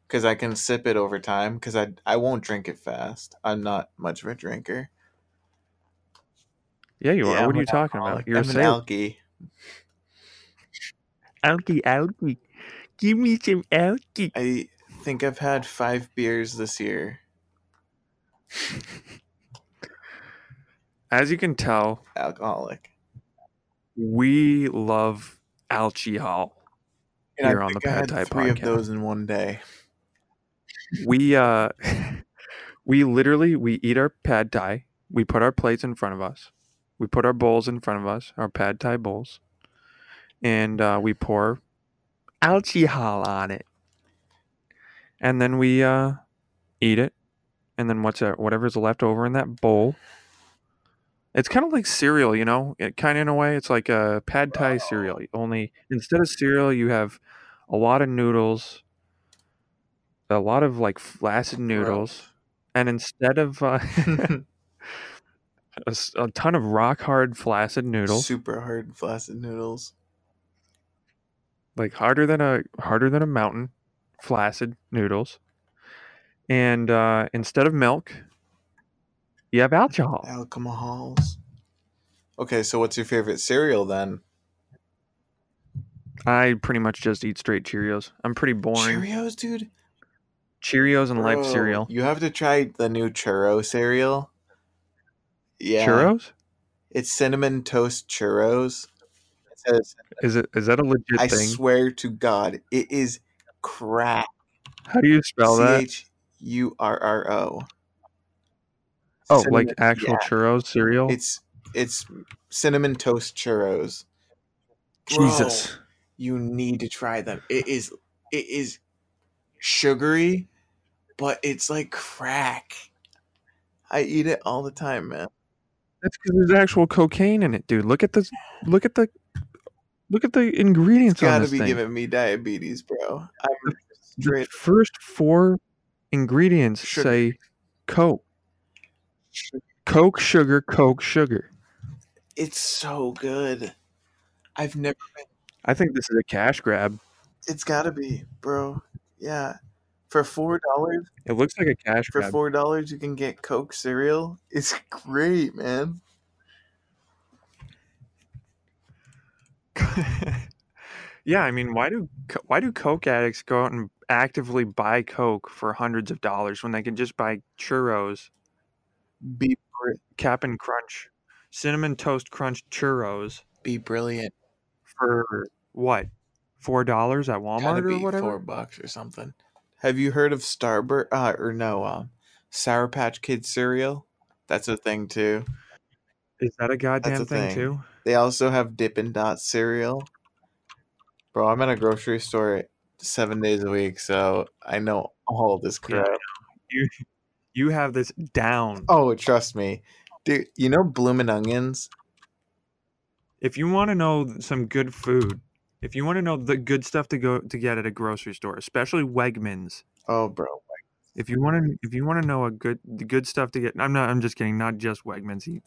[SPEAKER 2] cuz I can sip it over time cuz I I won't drink it fast. I'm not much of a drinker.
[SPEAKER 1] yeah you are
[SPEAKER 2] Yeah,
[SPEAKER 1] what
[SPEAKER 2] I'm
[SPEAKER 1] are you
[SPEAKER 2] an
[SPEAKER 1] talking about
[SPEAKER 2] alcoholic.
[SPEAKER 1] you're
[SPEAKER 2] I'm
[SPEAKER 1] saying
[SPEAKER 2] an
[SPEAKER 1] alky
[SPEAKER 2] alky.
[SPEAKER 1] alky give me some alky
[SPEAKER 2] I think I've had 5 beers this year.
[SPEAKER 1] as you can tell
[SPEAKER 2] Alcoholic.
[SPEAKER 1] we love alcohol
[SPEAKER 2] And
[SPEAKER 1] Here on the
[SPEAKER 2] I
[SPEAKER 1] Pad
[SPEAKER 2] had
[SPEAKER 1] Thai
[SPEAKER 2] 3
[SPEAKER 1] podcast.
[SPEAKER 2] of those in one day.
[SPEAKER 1] we uh we literally we eat our pad thai we put our plates in front of us we put our bowls in front of us our pad thai bowls and uh, we pour alcohol on it and then we uh eat it and then what's that whatever's left over in that bowl it's kind of like cereal you know it kind of in a way it's like a pad thai cereal only instead of cereal you have a lot of noodles a lot of like flaccid noodles and instead of uh, a, s- a ton of rock hard flaccid noodles
[SPEAKER 2] Super hard flaccid noodles.
[SPEAKER 1] like harder than a harder than a mountain flaccid noodles and uh, instead of milk you have alcohol
[SPEAKER 2] Alcohols. Okay, so what's your favorite cereal then?
[SPEAKER 1] i pretty much just eat straight cheerios i'm pretty boring
[SPEAKER 2] Cheerios, dude.
[SPEAKER 1] cheerios and life
[SPEAKER 2] Bro,
[SPEAKER 1] cereal
[SPEAKER 2] You have to try the new churro cereal. Yeah,
[SPEAKER 1] churros
[SPEAKER 2] it's cinnamon toast churros. It says,
[SPEAKER 1] is it is that a legit
[SPEAKER 2] I
[SPEAKER 1] thing
[SPEAKER 2] swear to God, it is crack.
[SPEAKER 1] how do you spell
[SPEAKER 2] C
[SPEAKER 1] that
[SPEAKER 2] H U R R O.
[SPEAKER 1] oh like
[SPEAKER 2] Cinnamon-
[SPEAKER 1] actual
[SPEAKER 2] yeah.
[SPEAKER 1] churros cereal
[SPEAKER 2] It's it's cinnamon toast churros. Bro.
[SPEAKER 1] jesus
[SPEAKER 2] you need to try them. It is it is sugary, but it's like crack. I eat it all the time, man.
[SPEAKER 1] that's because there's actual cocaine in it dude look at this look at the look at the ingredients
[SPEAKER 2] It's
[SPEAKER 1] on
[SPEAKER 2] gotta
[SPEAKER 1] this
[SPEAKER 2] be
[SPEAKER 1] thing
[SPEAKER 2] giving me diabetes, bro. I'm
[SPEAKER 1] the
[SPEAKER 2] straight
[SPEAKER 1] first four ingredients
[SPEAKER 2] Sugar.
[SPEAKER 1] say Coke, Coke, sugar, Coke, sugar.
[SPEAKER 2] It's so good. I've never.
[SPEAKER 1] I think this is a cash grab.
[SPEAKER 2] It's gotta be, bro. Yeah, for four dollars.
[SPEAKER 1] It looks like a cash
[SPEAKER 2] For
[SPEAKER 1] grab.
[SPEAKER 2] four dollars, you can get Coke cereal. It's great, man.
[SPEAKER 1] yeah, I mean, why do co- why do coke addicts go out and actively buy coke for hundreds of dollars when they can just buy churros,
[SPEAKER 2] Be br-
[SPEAKER 1] Cap'n Crunch, cinnamon toast crunch churros
[SPEAKER 2] be brilliant.
[SPEAKER 1] for what? Four dollars at Walmart
[SPEAKER 2] Gotta
[SPEAKER 1] or
[SPEAKER 2] be
[SPEAKER 1] whatever.
[SPEAKER 2] four bucks or something. Have you heard of Starburst? Uh, or no, um, Sour Patch Kid cereal. That's a thing too.
[SPEAKER 1] Is that a goddamn
[SPEAKER 2] a
[SPEAKER 1] thing,
[SPEAKER 2] thing.
[SPEAKER 1] too?
[SPEAKER 2] They also have Dippin' Dot cereal. Bro, I'm at a grocery store seven days a week, so I know all this
[SPEAKER 1] Yeah, I
[SPEAKER 2] crap.
[SPEAKER 1] You have this down.
[SPEAKER 2] Oh, trust me, dude. You know Bloomin' Onions?
[SPEAKER 1] If you want to know some good food, if you want to know the good stuff to go to get at a grocery store, especially Wegmans,
[SPEAKER 2] Oh, bro.
[SPEAKER 1] if you want to if you want to know a good the good stuff to get i'm not i'm just kidding not just wegmans he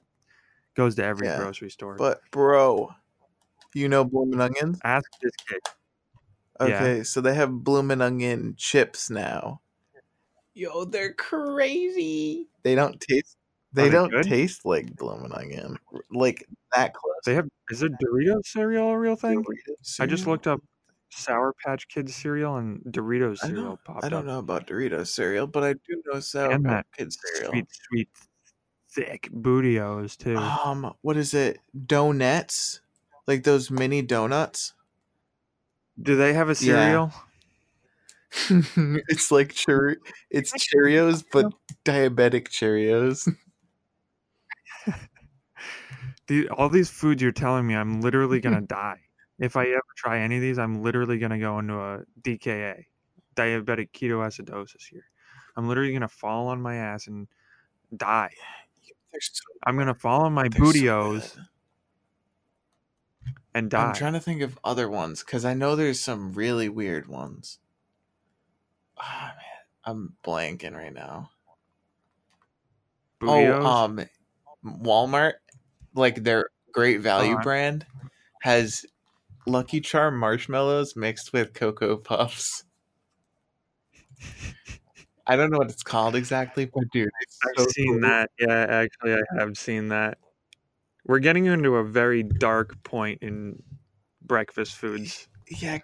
[SPEAKER 1] goes to every
[SPEAKER 2] Yeah,
[SPEAKER 1] grocery store
[SPEAKER 2] But bro, you know Bloomin' Onions?
[SPEAKER 1] ask this kid Yeah.
[SPEAKER 2] Okay, so they have bloomin' onion chips now. Yo, they're crazy. They don't taste. They,
[SPEAKER 1] they
[SPEAKER 2] don't
[SPEAKER 1] good?
[SPEAKER 2] taste like bloomin' onion, like that close.
[SPEAKER 1] they have is there dorito cereal a real thing
[SPEAKER 2] Doritos
[SPEAKER 1] i just
[SPEAKER 2] cereal?
[SPEAKER 1] looked up sour patch kids cereal and doritos
[SPEAKER 2] I don't-
[SPEAKER 1] cereal popped
[SPEAKER 2] I don't
[SPEAKER 1] up
[SPEAKER 2] know about Doritos cereal, but I do know Sour
[SPEAKER 1] And
[SPEAKER 2] Patch
[SPEAKER 1] that
[SPEAKER 2] Kids cereal.
[SPEAKER 1] sweet sweet thick bootios too
[SPEAKER 2] Um, what is it? Donuts, like those mini donuts.
[SPEAKER 1] do they have a
[SPEAKER 2] yeah.
[SPEAKER 1] cereal
[SPEAKER 2] it's like cher- it's Cheerios, but diabetic Cheerios.
[SPEAKER 1] The- all these foods you're telling me i'm literally gonna die if i ever try any of these i'm literally gonna go into a dka diabetic ketoacidosis here i'm literally gonna fall on my ass and die
[SPEAKER 2] They're so
[SPEAKER 1] i'm gonna fall on my
[SPEAKER 2] They're so
[SPEAKER 1] bootios
[SPEAKER 2] good.
[SPEAKER 1] and die
[SPEAKER 2] I'm trying to think of other ones because I know there's some really weird ones. Ah man, I'm blanking right now.
[SPEAKER 1] bootios
[SPEAKER 2] Oh, um, Walmart, like their great value
[SPEAKER 1] Uh-huh.
[SPEAKER 2] brand, has Lucky Charm marshmallows mixed with Cocoa Puffs. I don't know what it's called exactly, but dude, it's
[SPEAKER 1] i've
[SPEAKER 2] so
[SPEAKER 1] seen
[SPEAKER 2] cool.
[SPEAKER 1] that yeah actually i have seen that we're getting into a very dark point in breakfast foods
[SPEAKER 2] Yeah,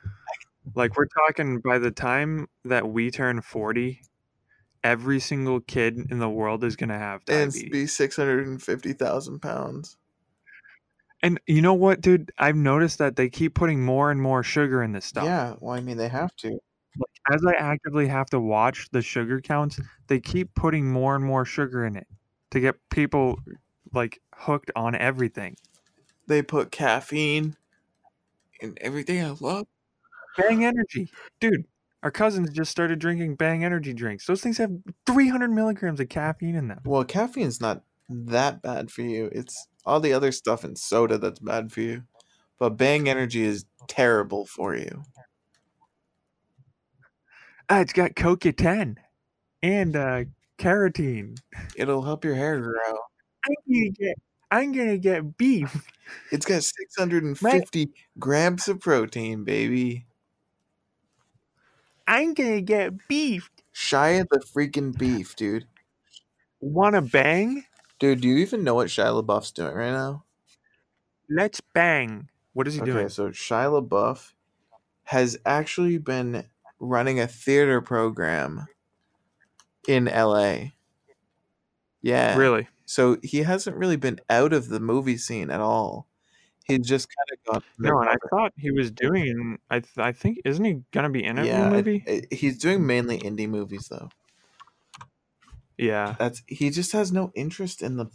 [SPEAKER 1] Like we're talking by the time that we turn 40, every single kid in the world is going to have
[SPEAKER 2] and
[SPEAKER 1] diabetes.
[SPEAKER 2] be six hundred and fifty thousand pounds.
[SPEAKER 1] and you know what, dude? I've noticed that they keep putting more and more sugar in this stuff.
[SPEAKER 2] Yeah, well, I mean, they have to.
[SPEAKER 1] Like as I actively have to watch the sugar counts, they keep putting more and more sugar in it to get people like hooked on everything.
[SPEAKER 2] They put caffeine in everything I love.
[SPEAKER 1] Bang energy. Dude, our cousins just started drinking Bang energy drinks. Those things have 300 milligrams of caffeine in them.
[SPEAKER 2] Well, caffeine's not that bad for you. It's all the other stuff in soda that's bad for you. But Bang Energy is terrible for you.
[SPEAKER 1] Ah, it's got CoQ10 and uh, carotene.
[SPEAKER 2] It'll help your hair grow.
[SPEAKER 1] I'm gonna get, I'm gonna get beef.
[SPEAKER 2] It's got 650 grams of protein, baby.
[SPEAKER 1] I'm gonna get beef.
[SPEAKER 2] Shia the freaking beef, dude.
[SPEAKER 1] Wanna bang?
[SPEAKER 2] Dude, do you even know what Shia LaBeouf's doing right now?
[SPEAKER 1] Let's bang. What is he
[SPEAKER 2] Okay,
[SPEAKER 1] doing?
[SPEAKER 2] so Shia LaBeouf has actually been running a theater program in LA. Yeah.
[SPEAKER 1] Really?
[SPEAKER 2] So he hasn't really been out of the movie scene at all. He's just kind of gone.
[SPEAKER 1] No, and I thought he was doing. I th- I think isn't he gonna be in a
[SPEAKER 2] yeah,
[SPEAKER 1] movie?
[SPEAKER 2] I- I- he's doing mainly indie movies though.
[SPEAKER 1] yeah.
[SPEAKER 2] That's he just has no interest in the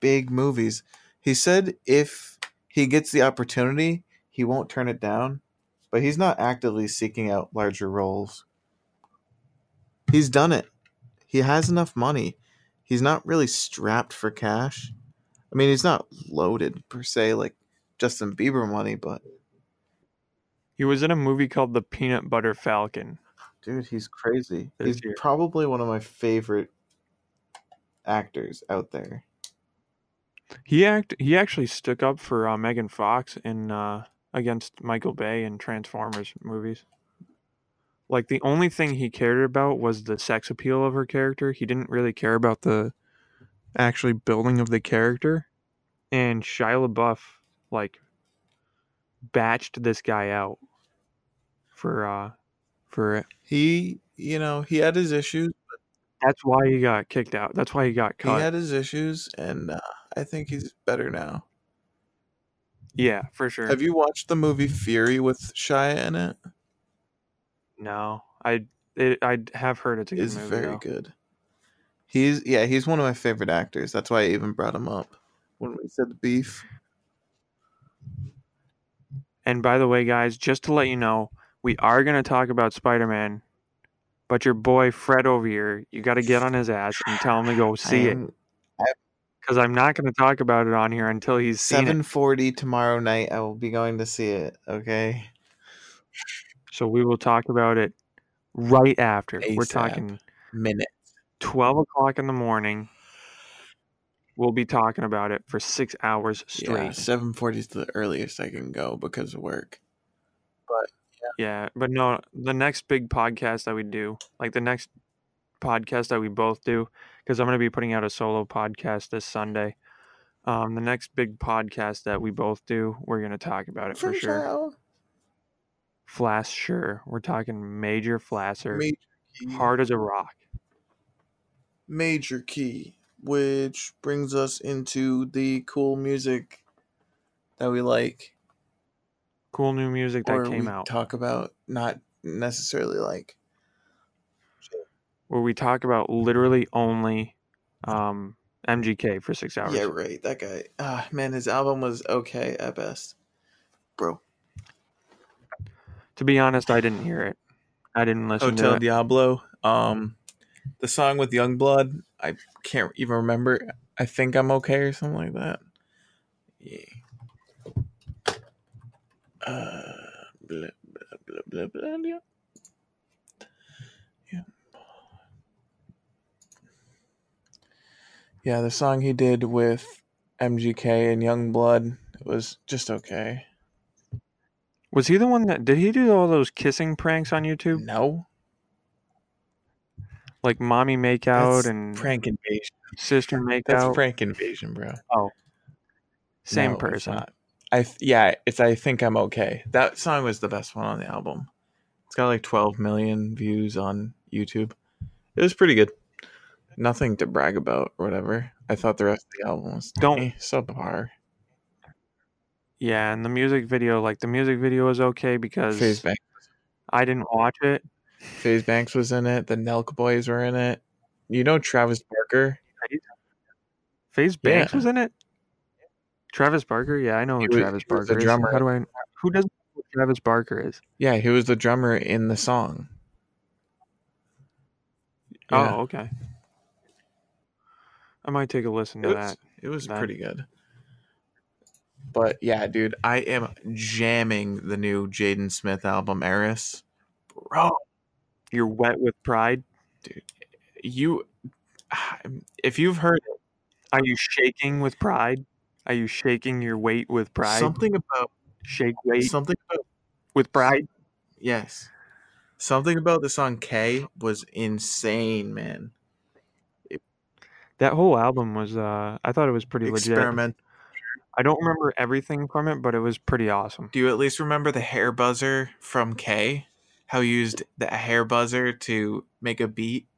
[SPEAKER 2] big movies. He said if he gets the opportunity, he won't turn it down, but he's not actively seeking out larger roles. He's done it. He has enough money. He's not really strapped for cash. I mean, he's not loaded per se like Justin Bieber money, but
[SPEAKER 1] He was in a movie called The Peanut Butter Falcon.
[SPEAKER 2] Dude, he's crazy.
[SPEAKER 1] This
[SPEAKER 2] he's
[SPEAKER 1] year.
[SPEAKER 2] probably one of my favorite actors out there.
[SPEAKER 1] He act he actually stuck up for uh, Megan Fox in uh, against Michael Bay in Transformers movies. Like the only thing he cared about was the sex appeal of her character. He didn't really care about the actually building of the character. And Shia LaBeouf like batched this guy out for uh for it.
[SPEAKER 2] He, you know, he had his issues.
[SPEAKER 1] That's why he got kicked out. That's why he got cut.
[SPEAKER 2] He had his issues, and uh, I think he's better now.
[SPEAKER 1] yeah, for sure.
[SPEAKER 2] Have you watched the movie Fury with Shia in it?
[SPEAKER 1] no, I it, I have heard it's a good
[SPEAKER 2] It's
[SPEAKER 1] movie,
[SPEAKER 2] very
[SPEAKER 1] though.
[SPEAKER 2] good. He's yeah, he's one of my favorite actors. That's why I even brought him up when we said the beef.
[SPEAKER 1] And by the way, guys, just to let you know, we are going to talk about Spider Man, but your boy Fred over here, you got to get on his ass and tell him to go see it.
[SPEAKER 2] I'm
[SPEAKER 1] Because I'm not going to talk about it on here until he's seen
[SPEAKER 2] Seven
[SPEAKER 1] it.
[SPEAKER 2] forty tomorrow night. I will be going to see it. Okay.
[SPEAKER 1] So we will talk about it right after. We're
[SPEAKER 2] ASAP.
[SPEAKER 1] talking
[SPEAKER 2] Minute.
[SPEAKER 1] 12 o'clock in the morning. We'll be talking about it for six hours
[SPEAKER 2] Yeah,
[SPEAKER 1] straight.
[SPEAKER 2] seven forty is the earliest I can go because of work.
[SPEAKER 1] Yeah, but no, the next big podcast that we do, like the next podcast that we both do, because I'm going to be putting out a solo podcast this Sunday. Um, the next big podcast that we both do, we're going to talk about it for, sure. Flash, sure. We're talking major flasher,
[SPEAKER 2] Major key,
[SPEAKER 1] hard as a rock.
[SPEAKER 2] major key, which brings us into the cool music that we like.
[SPEAKER 1] Cool new music that
[SPEAKER 2] or
[SPEAKER 1] came
[SPEAKER 2] we
[SPEAKER 1] out.
[SPEAKER 2] talk about not necessarily like
[SPEAKER 1] where we talk about literally only um, MGK for six hours.
[SPEAKER 2] yeah right that guy ah man his album was okay at best bro
[SPEAKER 1] To be honest, I didn't hear it. I didn't listen to
[SPEAKER 2] hotel
[SPEAKER 1] it.
[SPEAKER 2] diablo um the song with youngblood i can't even remember i think i'm okay or something like that yeah uh, blah, blah, blah, blah, blah, blah. Yeah. Yeah, the song he did with MGK and Youngblood was just okay.
[SPEAKER 1] Was he the one that did he do all those kissing pranks on YouTube?
[SPEAKER 2] No,
[SPEAKER 1] Like mommy makeout
[SPEAKER 2] that's
[SPEAKER 1] and
[SPEAKER 2] prank invasion.
[SPEAKER 1] sister
[SPEAKER 2] That's
[SPEAKER 1] makeout.
[SPEAKER 2] prank invasion, bro.
[SPEAKER 1] Same
[SPEAKER 2] No, it's
[SPEAKER 1] person.
[SPEAKER 2] not. I th- yeah, it's I think I'm okay. That song was the best one on the album. It's got like 12 million views on YouTube. It was pretty good. Nothing to brag about or whatever. I thought the rest of the album was
[SPEAKER 1] Don't-
[SPEAKER 2] eh, subpar.
[SPEAKER 1] Yeah, and the music video, like the music video was okay because
[SPEAKER 2] Phase Banks,
[SPEAKER 1] I didn't watch it.
[SPEAKER 2] Phase Banks was in it. The Nelk Boys were in it. You know Travis Barker.
[SPEAKER 1] Faze Banks
[SPEAKER 2] Yeah.
[SPEAKER 1] was in it. Travis Barker, yeah, I know who
[SPEAKER 2] He was-
[SPEAKER 1] Travis
[SPEAKER 2] he was the
[SPEAKER 1] Barker is.
[SPEAKER 2] drummer.
[SPEAKER 1] How do I? Who doesn't know who Travis Barker is?
[SPEAKER 2] Yeah, he was the drummer in the song. Yeah.
[SPEAKER 1] Oh, okay. I might take a listen
[SPEAKER 2] It
[SPEAKER 1] to
[SPEAKER 2] was,
[SPEAKER 1] that.
[SPEAKER 2] it was
[SPEAKER 1] That-
[SPEAKER 2] pretty good. But yeah, dude, I am jamming the new Jaden Smith album, Eris. Bro,
[SPEAKER 1] You're wet with pride.
[SPEAKER 2] you, if you've heard
[SPEAKER 1] Are you shaking with pride? Are you shaking your weight with pride?
[SPEAKER 2] something about
[SPEAKER 1] Shake weight
[SPEAKER 2] something about
[SPEAKER 1] with pride.
[SPEAKER 2] yes, something about the song K was insane, man.
[SPEAKER 1] That whole album was uh I thought it was pretty legit.
[SPEAKER 2] Experiment.
[SPEAKER 1] I don't remember everything from it, but it was pretty awesome.
[SPEAKER 2] Do you at least remember the hair buzzer from K? How he used the hair buzzer to make a beat?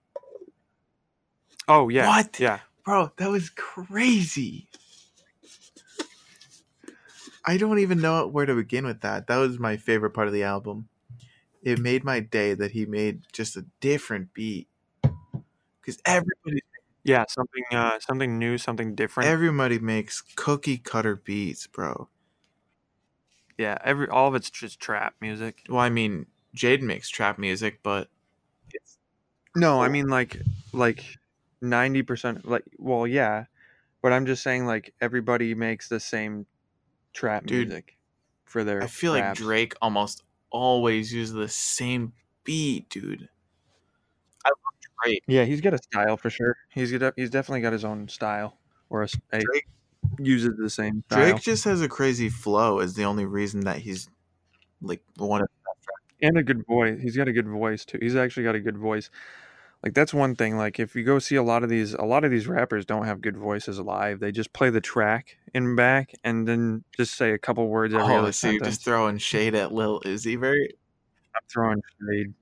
[SPEAKER 1] Oh yeah.
[SPEAKER 2] What?
[SPEAKER 1] Yeah.
[SPEAKER 2] Bro, that was crazy. I don't even know where to begin with that. That was my favorite part of the album. It made my day that he made just a different beat. Cuz everybody
[SPEAKER 1] Yeah, something uh something new, something different.
[SPEAKER 2] everybody makes cookie cutter beats, bro.
[SPEAKER 1] yeah, every all of it's just trap music.
[SPEAKER 2] Well, I mean, Jade makes trap music, but it's
[SPEAKER 1] No, I mean like like 90% like well, yeah, but I'm just saying like everybody makes the same trap
[SPEAKER 2] Dude,
[SPEAKER 1] music for their
[SPEAKER 2] I feel like
[SPEAKER 1] raps.
[SPEAKER 2] Drake almost always uses the same beat, dude.
[SPEAKER 1] Yeah, he's got a style for sure. He's got, he's definitely got his own style, or a, s- a-
[SPEAKER 2] Drake-
[SPEAKER 1] uses the same style.
[SPEAKER 2] Drake just has a crazy flow. Is the only reason that he's like one of
[SPEAKER 1] and a good voice. He's got a good voice too. He's actually got a good voice. Like that's one thing. Like if you go see a lot of these, a lot of these rappers don't have good voices live. They just play the track in back and then just say a couple words every
[SPEAKER 2] oh,
[SPEAKER 1] other
[SPEAKER 2] so you're
[SPEAKER 1] sentence.
[SPEAKER 2] just throwing shade at Lil Uzi Vert,
[SPEAKER 1] I'm throwing shade.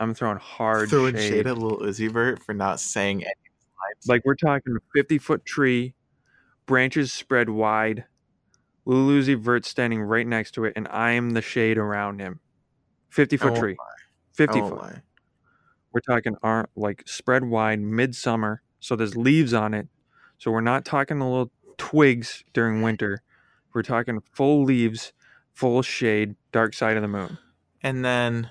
[SPEAKER 1] I'm throwing hard
[SPEAKER 2] throwing shade.
[SPEAKER 1] shade.
[SPEAKER 2] at Lil Uzi Vert for not saying any lines.
[SPEAKER 1] Like we're talking a 50 foot tree, branches spread wide, Lil Uzi Vert standing right next to it, and I am the shade around him. 50 foot
[SPEAKER 2] won't
[SPEAKER 1] tree. 50
[SPEAKER 2] I won't
[SPEAKER 1] foot.
[SPEAKER 2] lie.
[SPEAKER 1] We're talking ar like spread wide midsummer, so there's leaves on it. So we're not talking the little twigs during winter. We're talking full leaves, full shade, dark side of the moon.
[SPEAKER 2] And then,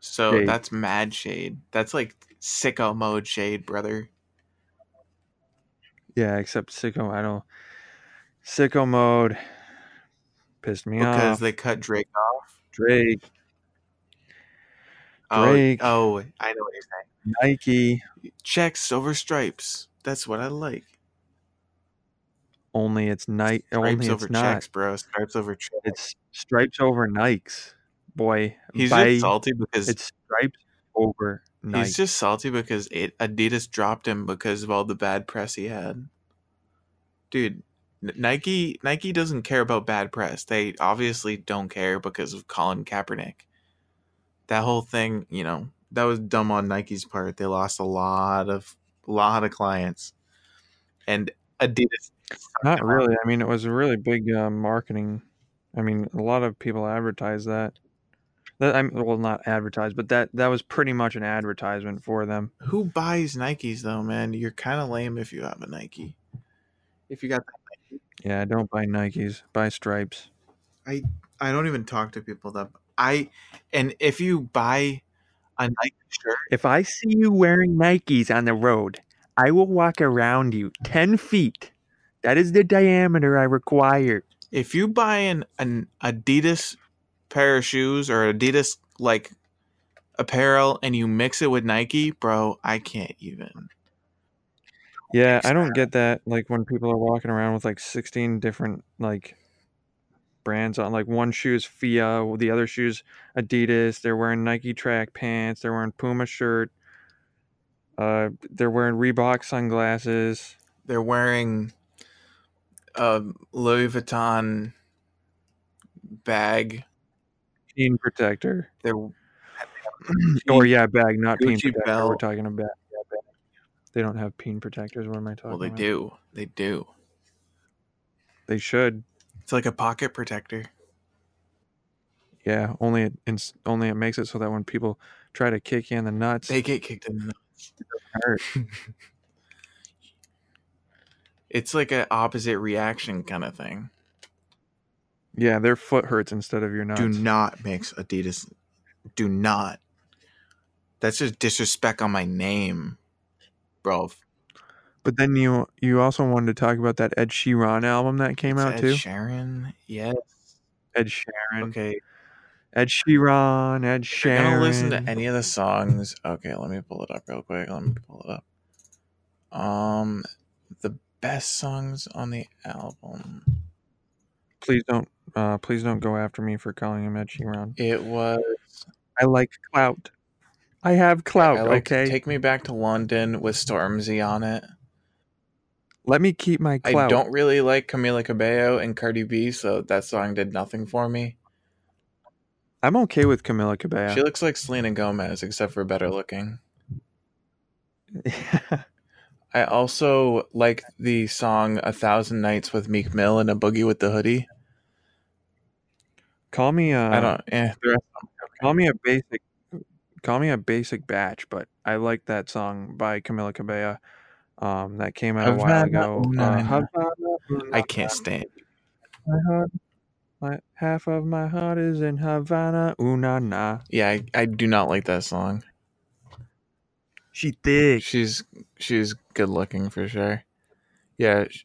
[SPEAKER 2] so
[SPEAKER 1] Shade.
[SPEAKER 2] that's mad shade. That's like sicko mode shade, brother.
[SPEAKER 1] Yeah, except sicko. I don't. Sicko mode pissed me
[SPEAKER 2] Because
[SPEAKER 1] off.
[SPEAKER 2] they cut Drake off.
[SPEAKER 1] Drake,
[SPEAKER 2] Oh,
[SPEAKER 1] Drake.
[SPEAKER 2] oh, I know what you're saying.
[SPEAKER 1] Nike,
[SPEAKER 2] Checks over stripes. That's what I like.
[SPEAKER 1] only it's night.
[SPEAKER 2] Stripes
[SPEAKER 1] Only
[SPEAKER 2] over
[SPEAKER 1] it's not.
[SPEAKER 2] checks, bro. Stripes over checks.
[SPEAKER 1] It's stripes over Nikes, boy.
[SPEAKER 2] He's
[SPEAKER 1] bye.
[SPEAKER 2] just salty because
[SPEAKER 1] It's stripes over Nikes.
[SPEAKER 2] He's just salty because it, Adidas dropped him because of all the bad press he had. Dude, N- Nike Nike doesn't care about bad press. They obviously don't care because of Colin Kaepernick. That whole thing, you know, that was dumb on Nike's part. They lost a lot of lot of clients, and Adidas.
[SPEAKER 1] Not really. I mean, it was a really big uh, marketing. I mean, a lot of people advertise that. That I'm well, not advertise, but that that was pretty much an advertisement for them.
[SPEAKER 2] Who buys Nikes though, man? You're kind of lame if you have a Nike. If you got
[SPEAKER 1] Yeah, don't buy Nikes, buy stripes.
[SPEAKER 2] I don't even talk to people that I and if you buy a Nike shirt,
[SPEAKER 1] If I see you wearing Nikes on the road, I will walk around you ten feet. That is the diameter I require.
[SPEAKER 2] if you buy an, an Adidas pair of shoes or Adidas like apparel and you mix it with Nike, bro, I can't even.
[SPEAKER 1] Yeah,
[SPEAKER 2] Makes
[SPEAKER 1] I don't get that. Like when people are walking around with like sixteen different like brands on, like one shoe's Fia, the other shoe's Adidas. They're wearing Nike track pants. They're wearing Puma shirt. Uh, they're wearing Reebok sunglasses.
[SPEAKER 2] They're wearing a Louis Vuitton bag.
[SPEAKER 1] Peen protector,
[SPEAKER 2] They're
[SPEAKER 1] or yeah, bag, not peen
[SPEAKER 2] Gucci
[SPEAKER 1] protector. We're
[SPEAKER 2] belt.
[SPEAKER 1] talking about. They don't have peen protectors. What am I talking
[SPEAKER 2] well, they
[SPEAKER 1] about?
[SPEAKER 2] do. They do.
[SPEAKER 1] They should.
[SPEAKER 2] It's like a pocket protector.
[SPEAKER 1] Yeah, only it ins- only it makes it so that when people try to kick you in the nuts,
[SPEAKER 2] They get kicked in the
[SPEAKER 1] hurt.
[SPEAKER 2] It's like an opposite reaction kind of thing.
[SPEAKER 1] yeah, their foot hurts instead of your nuts.
[SPEAKER 2] Do not mix Adidas. Do not. That's just disrespect on my name, bro.
[SPEAKER 1] But then you you also wanted to talk about that Ed Sheeran album that came
[SPEAKER 2] It's
[SPEAKER 1] out
[SPEAKER 2] Ed
[SPEAKER 1] too.
[SPEAKER 2] Sharon. Yes.
[SPEAKER 1] Ed Sheeran,
[SPEAKER 2] Okay.
[SPEAKER 1] Ed Sheeran, Ed
[SPEAKER 2] I
[SPEAKER 1] Sheeran.
[SPEAKER 2] don't listen to any of the songs. Okay, let me pull it up real quick. Let me pull it up. Um, the best songs on the album.
[SPEAKER 1] Please don't, uh, please don't go after me for calling him Ed Sheeran.
[SPEAKER 2] It was
[SPEAKER 1] I like clout. I have clout.
[SPEAKER 2] I like
[SPEAKER 1] Oh, okay,
[SPEAKER 2] Take Me Back to London with Stormzy on it.
[SPEAKER 1] let me keep my clout.
[SPEAKER 2] I don't really like Camila Cabello and Cardi B, so that song did nothing for me.
[SPEAKER 1] I'm okay with Camila Cabello.
[SPEAKER 2] She looks like Selena Gomez, except for better looking. I also like the song A Thousand Nights with Meek Mill and a Boogie with the Hoodie.
[SPEAKER 1] call me a
[SPEAKER 2] I don't, eh, the rest
[SPEAKER 1] call me a basic, call me a basic batch. But I like that song by Camila Cabello. Um, that came out a while
[SPEAKER 2] Havana,
[SPEAKER 1] ago.
[SPEAKER 2] oh,
[SPEAKER 1] Uh,
[SPEAKER 2] na, na,
[SPEAKER 1] Havana,
[SPEAKER 2] I can't stand. it.
[SPEAKER 1] My heart, my half of my heart is in Havana. Ooh na na.
[SPEAKER 2] Yeah, I, I do not like that song.
[SPEAKER 1] She thick.
[SPEAKER 2] She's she's good looking for sure. Yeah, sh-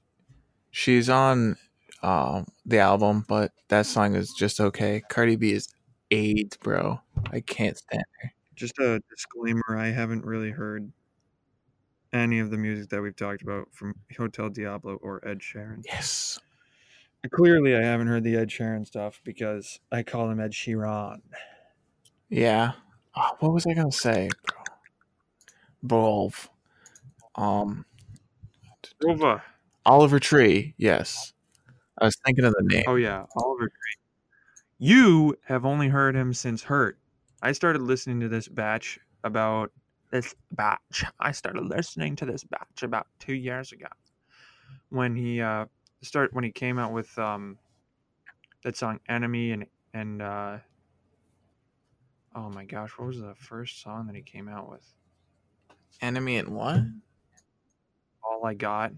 [SPEAKER 2] she's on um, the album, but that song is just okay. Cardi B is AIDS, bro. I can't stand her.
[SPEAKER 1] Just a disclaimer: I haven't really heard any of the music that we've talked about from Hotel Diablo or Ed Sheeran.
[SPEAKER 2] Yes.
[SPEAKER 1] Clearly, I haven't heard the Ed Sheeran stuff because I call him Ed Sheeran.
[SPEAKER 2] Yeah. Oh, what was I gonna say, bro? Brov. Um.
[SPEAKER 1] Over.
[SPEAKER 2] Oliver Tree. Yes. I was thinking of the name.
[SPEAKER 1] Oh yeah, Oliver Tree. You have only heard him since Hurt. I started listening to this batch about this batch. I started listening to this batch about two years ago when he uh start when he came out with um that song Enemy and and uh oh my gosh, what was the first song that he came out with?
[SPEAKER 2] Enemy and what?
[SPEAKER 1] All I Got.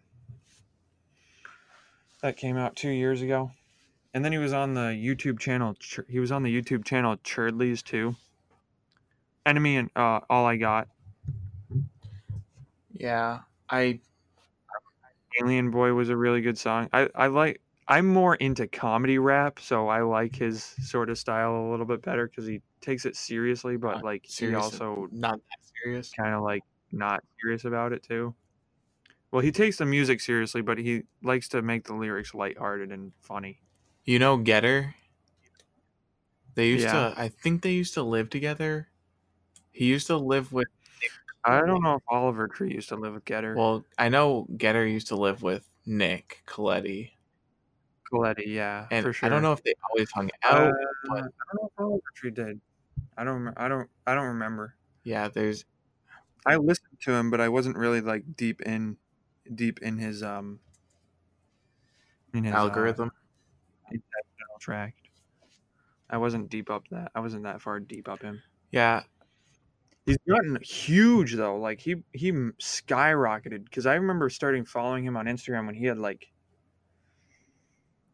[SPEAKER 1] That came out two years ago, and then he was on the YouTube channel. Ch- He was on the YouTube channel Churdley's too. Enemy and uh, All I Got,
[SPEAKER 2] Yeah. I
[SPEAKER 1] Alien Boy was a really good song. I I like. I'm more into comedy rap, so I like his sort of style a little bit better because he takes it seriously,
[SPEAKER 2] Uh,
[SPEAKER 1] but like
[SPEAKER 2] seriously.
[SPEAKER 1] he also
[SPEAKER 2] not that serious.
[SPEAKER 1] kind of like not serious about it too. Well, he takes the music seriously, but he likes to make the lyrics lighthearted and funny.
[SPEAKER 2] You know Getter? They used
[SPEAKER 1] Yeah.
[SPEAKER 2] to I think they used to live together. He used to live with
[SPEAKER 1] I don't know if Oliver Tree used to live with Getter.
[SPEAKER 2] well, I know Getter used to live with Nick Coletti.
[SPEAKER 1] Coletti, yeah,
[SPEAKER 2] And
[SPEAKER 1] for sure.
[SPEAKER 2] I don't know if they always hung
[SPEAKER 1] Uh,
[SPEAKER 2] out.
[SPEAKER 1] I don't know if Oliver Tree did. I don't. remem- I don't. I don't remember.
[SPEAKER 2] yeah, there's
[SPEAKER 1] I listened to him, but I wasn't really like deep in, deep in his um. In his uh,
[SPEAKER 2] algorithm.
[SPEAKER 1] internal track. I wasn't deep up that. I wasn't that far deep up him.
[SPEAKER 2] Yeah.
[SPEAKER 1] He's gotten huge though. Like he he m- skyrocketed because I remember starting following him on Instagram when he had like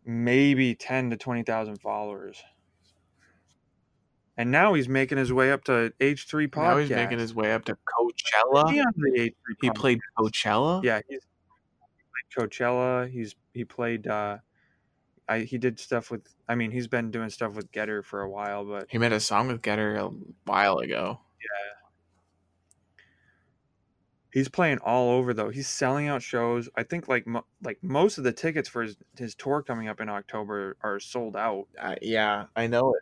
[SPEAKER 1] maybe ten to twenty thousand followers, and now he's making his way up to H three podcast.
[SPEAKER 2] Now he's making his way up to
[SPEAKER 1] He
[SPEAKER 2] Coachella.
[SPEAKER 1] on the H three.
[SPEAKER 2] He played Coachella.
[SPEAKER 1] Yeah, he's he played Coachella. He's he played. uh I he did stuff with. I mean, he's been doing stuff with Getter for a while, but
[SPEAKER 2] He made a song with Getter a while ago.
[SPEAKER 1] he's playing all over though. He's selling out shows. I think like mo- like most of the tickets for his, his tour coming up in October are sold out.
[SPEAKER 2] Uh, yeah, I know it.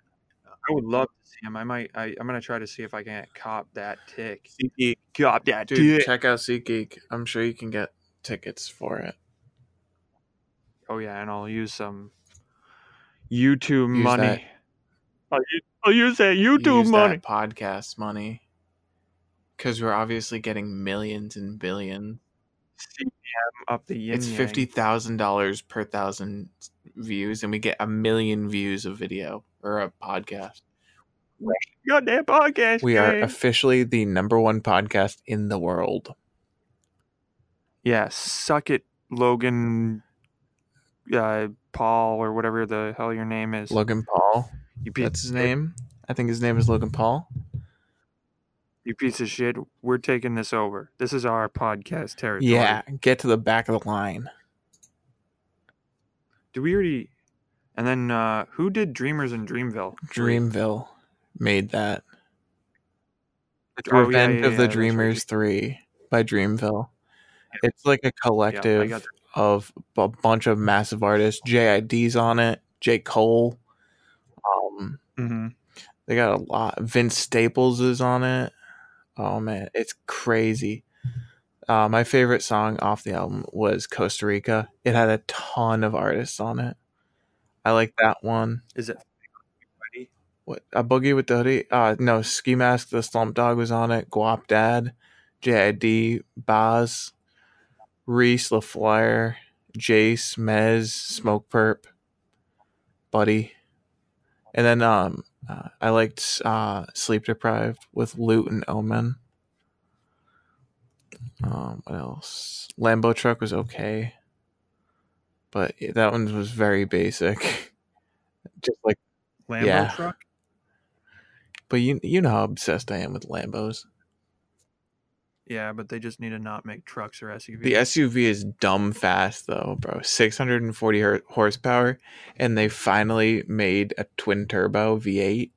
[SPEAKER 1] I would love to see him. I might. I, I'm gonna try to see if I can cop that tick.
[SPEAKER 2] SeatGeek.
[SPEAKER 1] Cop that
[SPEAKER 2] Dude,
[SPEAKER 1] tick.
[SPEAKER 2] check out SeatGeek. I'm sure you can get tickets for it.
[SPEAKER 1] Oh yeah, and I'll use some YouTube
[SPEAKER 2] Use
[SPEAKER 1] money.
[SPEAKER 2] that-
[SPEAKER 1] I'll, use, I'll use that YouTube
[SPEAKER 2] use
[SPEAKER 1] money.
[SPEAKER 2] that podcast money because we're obviously getting millions and billions.
[SPEAKER 1] CPM up the yin
[SPEAKER 2] it's
[SPEAKER 1] yang.
[SPEAKER 2] fifty thousand dollars per thousand views, and we get a million views of video or a podcast.
[SPEAKER 1] goddamn podcast.
[SPEAKER 2] We are
[SPEAKER 1] gang.
[SPEAKER 2] officially the number one podcast in the world.
[SPEAKER 1] yeah, suck it, Logan, uh, Paul, or whatever the hell your name is.
[SPEAKER 2] Logan Paul,
[SPEAKER 1] you piece,
[SPEAKER 2] that's his name. I think his name is Logan Paul.
[SPEAKER 1] you piece of shit. We're taking this over. This is our podcast territory.
[SPEAKER 2] Yeah, get to the back of the line.
[SPEAKER 1] Do we already? And then uh, who did Dreamers in Dreamville?
[SPEAKER 2] Dreamville made that.
[SPEAKER 1] Oh, yeah, yeah,
[SPEAKER 2] Revenge
[SPEAKER 1] yeah,
[SPEAKER 2] of the
[SPEAKER 1] that's right.
[SPEAKER 2] Dreamers 3 by Dreamville. It's like a collective
[SPEAKER 1] got that.
[SPEAKER 2] of a bunch of massive artists. JID's on it, J. Cole. Um,
[SPEAKER 1] Mhm.
[SPEAKER 2] they got a lot. Vince Staples is on it. Oh, man. It's crazy. Uh, my favorite song off the album was Costa Rica. It had a ton of artists on it. I like that one.
[SPEAKER 1] Is it?
[SPEAKER 2] What a boogie with the hoodie? Uh, no, ski mask. The slump dog was on it. Guap dad, JID, Boz, Reese LaFleur, Jace, Mez, Smoke Perp, Buddy, and then um, uh, I liked uh, Sleep Deprived with Loot and Omen. Um, what else? Lambo Truck was okay, but that one was very basic. Just like
[SPEAKER 1] Lambo
[SPEAKER 2] Yeah.
[SPEAKER 1] truck.
[SPEAKER 2] but you you know how obsessed I am with Lambos.
[SPEAKER 1] Yeah, but they just need to not make trucks or SUVs.
[SPEAKER 2] The SUV is dumb fast though, bro. 640 her- horsepower and they finally made a twin turbo V8.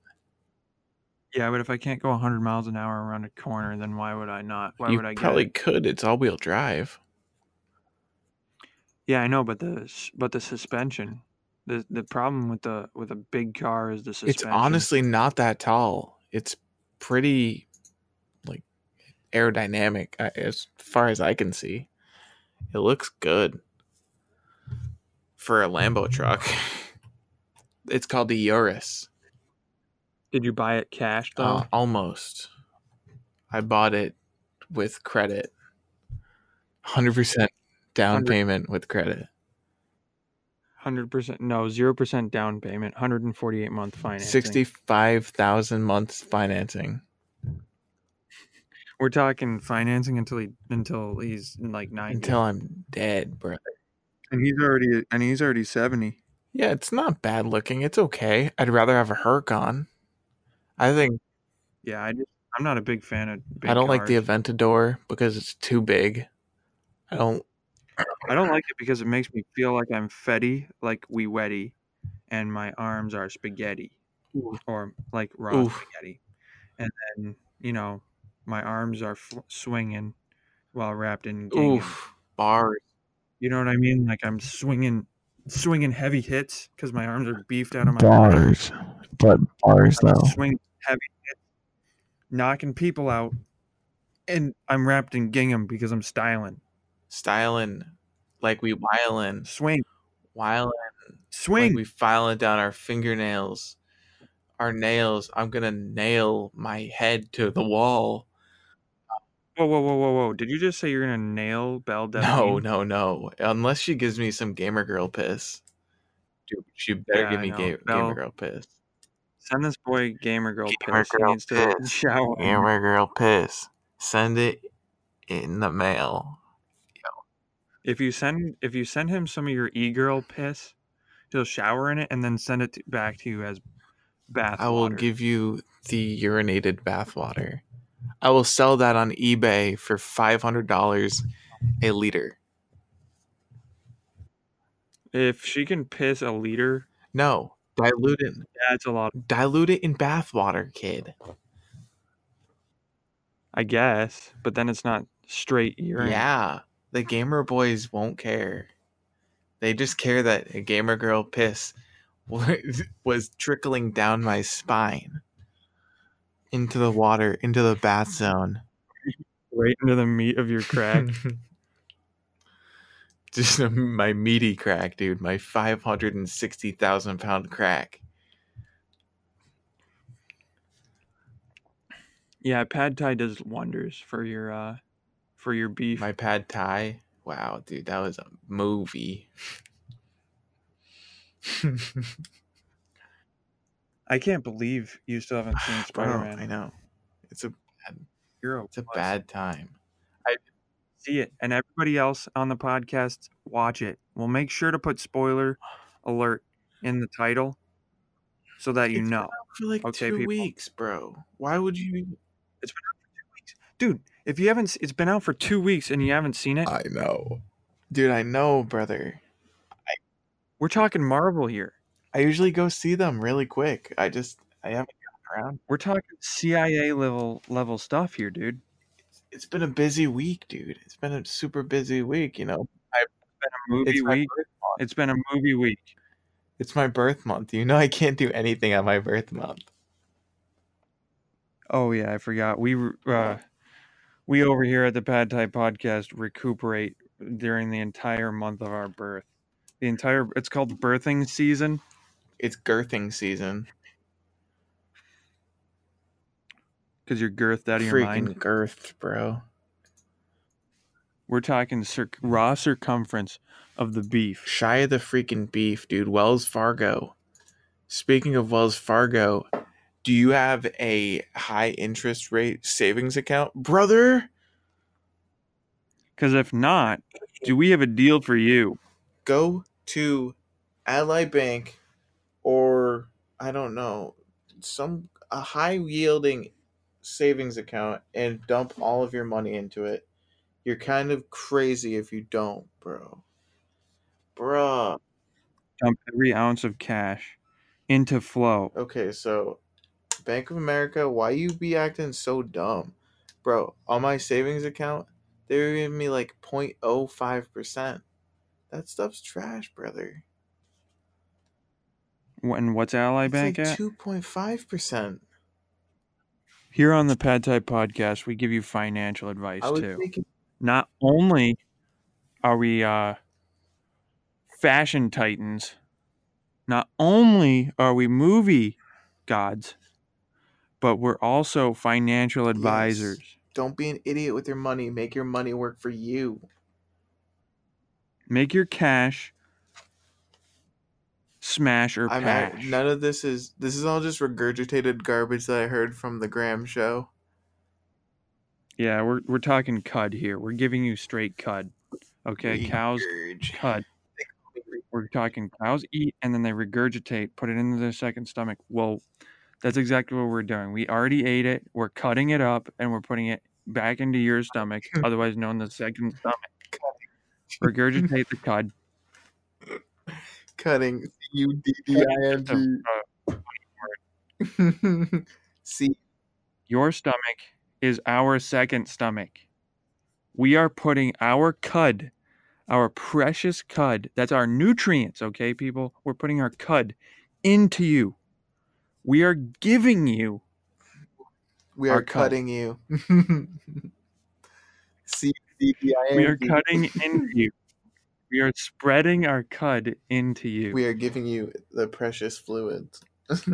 [SPEAKER 1] Yeah, but if I can't go 100 miles an hour around a corner, then why would I not? Why
[SPEAKER 2] you
[SPEAKER 1] would I
[SPEAKER 2] probably
[SPEAKER 1] get it?
[SPEAKER 2] could. It's all wheel drive.
[SPEAKER 1] Yeah, I know, but the s- but the suspension, the the problem with the with a big car is the suspension.
[SPEAKER 2] It's honestly not that tall. It's pretty like aerodynamic I- as far as I can see. It looks good for a Lambo truck. it's called the Urus.
[SPEAKER 1] Did you buy it cash though?
[SPEAKER 2] Uh, almost. I bought it with credit. 100% down
[SPEAKER 1] 100
[SPEAKER 2] payment with credit.
[SPEAKER 1] Hundred percent, no, zero percent down payment, hundred and forty-eight month financing.
[SPEAKER 2] 65,000 months financing.
[SPEAKER 1] We're talking financing until he until he's like ninety,
[SPEAKER 2] until I'm dead, bro.
[SPEAKER 1] and he's already and he's already seventy.
[SPEAKER 2] Yeah, it's not bad looking. It's okay. I'd rather have a Herc on. I think
[SPEAKER 1] Yeah, I just I'm not a big fan of. Big
[SPEAKER 2] I don't like the
[SPEAKER 1] cars.
[SPEAKER 2] Aventador because it's too big. I don't.
[SPEAKER 1] I don't like it because it makes me feel like I'm fetty, like we wetty, and my arms are spaghetti
[SPEAKER 2] Oof.
[SPEAKER 1] or like raw
[SPEAKER 2] Oof.
[SPEAKER 1] spaghetti, and then you know my arms are fl- swinging while wrapped in gingham.
[SPEAKER 2] Oof. Bars.
[SPEAKER 1] You know what I mean? Like I'm swinging, swinging heavy hits because my arms are beefed out of my
[SPEAKER 2] Bars. But bars,
[SPEAKER 1] I'm swinging heavy hits, knocking people out, and I'm wrapped in gingham because I'm styling.
[SPEAKER 2] Styling. Like we whiling.
[SPEAKER 1] Swing,
[SPEAKER 2] Whiling.
[SPEAKER 1] swing.
[SPEAKER 2] Like we filing down our fingernails. Our nails. I'm going to nail my head to the wall.
[SPEAKER 1] Whoa, whoa, whoa, whoa, whoa! Did you just say you're gonna nail Belle
[SPEAKER 2] No,
[SPEAKER 1] Delphine?
[SPEAKER 2] no, no. Unless she gives me some gamer girl piss. Dude, she better
[SPEAKER 1] Yeah,
[SPEAKER 2] give
[SPEAKER 1] I
[SPEAKER 2] me
[SPEAKER 1] know.
[SPEAKER 2] ga-
[SPEAKER 1] No.
[SPEAKER 2] gamer girl piss.
[SPEAKER 1] Send this boy gamer girl
[SPEAKER 2] Gamer
[SPEAKER 1] piss. He
[SPEAKER 2] girl
[SPEAKER 1] needs to
[SPEAKER 2] piss.
[SPEAKER 1] shower.
[SPEAKER 2] Gamer girl piss. Send it in the mail.
[SPEAKER 1] If you send if you send him some of your e girl piss, he'll shower in it and then send it to, back to you as bath.
[SPEAKER 2] I will
[SPEAKER 1] water.
[SPEAKER 2] give you the urinated bathwater. I will sell that on eBay for five hundred dollars a liter.
[SPEAKER 1] If she can piss a liter,
[SPEAKER 2] No, dilute it.
[SPEAKER 1] that's a lot.
[SPEAKER 2] Dilute it in bathwater, kid.
[SPEAKER 1] I guess, but then it's not straight urine.
[SPEAKER 2] Yeah, the gamer boys won't care. They just care that a gamer girl piss wa- was trickling down my spine into the water, into the bath zone.
[SPEAKER 1] Right into the meat of your crack.
[SPEAKER 2] Just a, my meaty crack, dude. My 560,000 pound crack.
[SPEAKER 1] yeah, pad thai does wonders for your uh for your beef.
[SPEAKER 2] My pad thai. Wow, dude, that was a movie.
[SPEAKER 1] I can't believe you still haven't seen
[SPEAKER 2] Bro,
[SPEAKER 1] Spider
[SPEAKER 2] I
[SPEAKER 1] Man.
[SPEAKER 2] know. It's a
[SPEAKER 1] You're a
[SPEAKER 2] it's a
[SPEAKER 1] wuss.
[SPEAKER 2] bad time.
[SPEAKER 1] see it and everybody else on the podcast watch it we'll make sure to put spoiler alert in the title so that you
[SPEAKER 2] It's been
[SPEAKER 1] know
[SPEAKER 2] out for like
[SPEAKER 1] Okay,
[SPEAKER 2] two
[SPEAKER 1] people.
[SPEAKER 2] weeks, bro. Why would you even
[SPEAKER 1] dude if you haven't s- it's been out for two weeks and you haven't seen it
[SPEAKER 2] I know. Dude, I know, brother.
[SPEAKER 1] we're talking marvel here
[SPEAKER 2] I usually go see them really quick. I just I haven't gotten around.
[SPEAKER 1] we're talking cia level level stuff here dude
[SPEAKER 2] It's been a busy week, dude. It's been a super busy week, you know.
[SPEAKER 1] movie
[SPEAKER 2] It's my,
[SPEAKER 1] week
[SPEAKER 2] birth month.
[SPEAKER 1] it's been a movie week
[SPEAKER 2] it's my birth month. You know I can't do anything on my birth month.
[SPEAKER 1] oh yeah i forgot we re- uh we over here at the pad thai podcast recuperate during the entire month of our birth the entire it's called birthing season
[SPEAKER 2] It's girthing season.
[SPEAKER 1] because you're girthed out of your
[SPEAKER 2] Freaking
[SPEAKER 1] mind
[SPEAKER 2] girthed, bro.
[SPEAKER 1] We're talking cir- raw circumference of the beef.
[SPEAKER 2] Shy of the freaking beef, dude. Wells Fargo. Speaking of Wells Fargo, do you have a high interest rate savings account, brother?
[SPEAKER 1] Because if not, do we have a deal for you?
[SPEAKER 2] go to Ally Bank or I don't know some a high yielding savings account and dump all of your money into it. You're kind of crazy if you don't, bro. Bruh.
[SPEAKER 1] Dump every ounce of cash into flow.
[SPEAKER 2] Okay, so Bank of America, why you be acting so dumb? Bro, on my savings account, they were giving me like 0.05%. That stuff's trash, brother.
[SPEAKER 1] And what's Ally Bank
[SPEAKER 2] it's
[SPEAKER 1] at?
[SPEAKER 2] like 2.5%.
[SPEAKER 1] Here on the Pad Thai Podcast, we give you financial advice
[SPEAKER 2] I was
[SPEAKER 1] too.
[SPEAKER 2] thinking,
[SPEAKER 1] Not only are we uh, fashion titans, not only are we movie gods, but we're also financial advisors.
[SPEAKER 2] don't be an idiot with your money. Make your money work for you.
[SPEAKER 1] Make your cash smash or
[SPEAKER 2] I'm
[SPEAKER 1] pash.
[SPEAKER 2] at, none of this is this is all just regurgitated garbage that I heard from the Graham show.
[SPEAKER 1] yeah, we're we're talking cud here. We're giving you straight cud. Okay, cows
[SPEAKER 2] Regurg.
[SPEAKER 1] cud. we're talking cows eat and then they regurgitate, put it into their second stomach. Well, that's exactly what we're doing. We already ate it. We're cutting it up and we're putting it back into your stomach, otherwise known as second stomach. Regurgitate the cud.
[SPEAKER 2] Cutting C U D D I N
[SPEAKER 1] uh,
[SPEAKER 2] G. See,
[SPEAKER 1] Your stomach is our second stomach. We are putting our cud, our precious cud, that's our nutrients, okay, people? We're putting our cud into you. We are giving you
[SPEAKER 2] we
[SPEAKER 1] Our
[SPEAKER 2] are
[SPEAKER 1] cut.
[SPEAKER 2] cutting you. C U D D I N G.
[SPEAKER 1] We are cutting into you. We are spreading our cud into you.
[SPEAKER 2] We are giving you the precious fluids.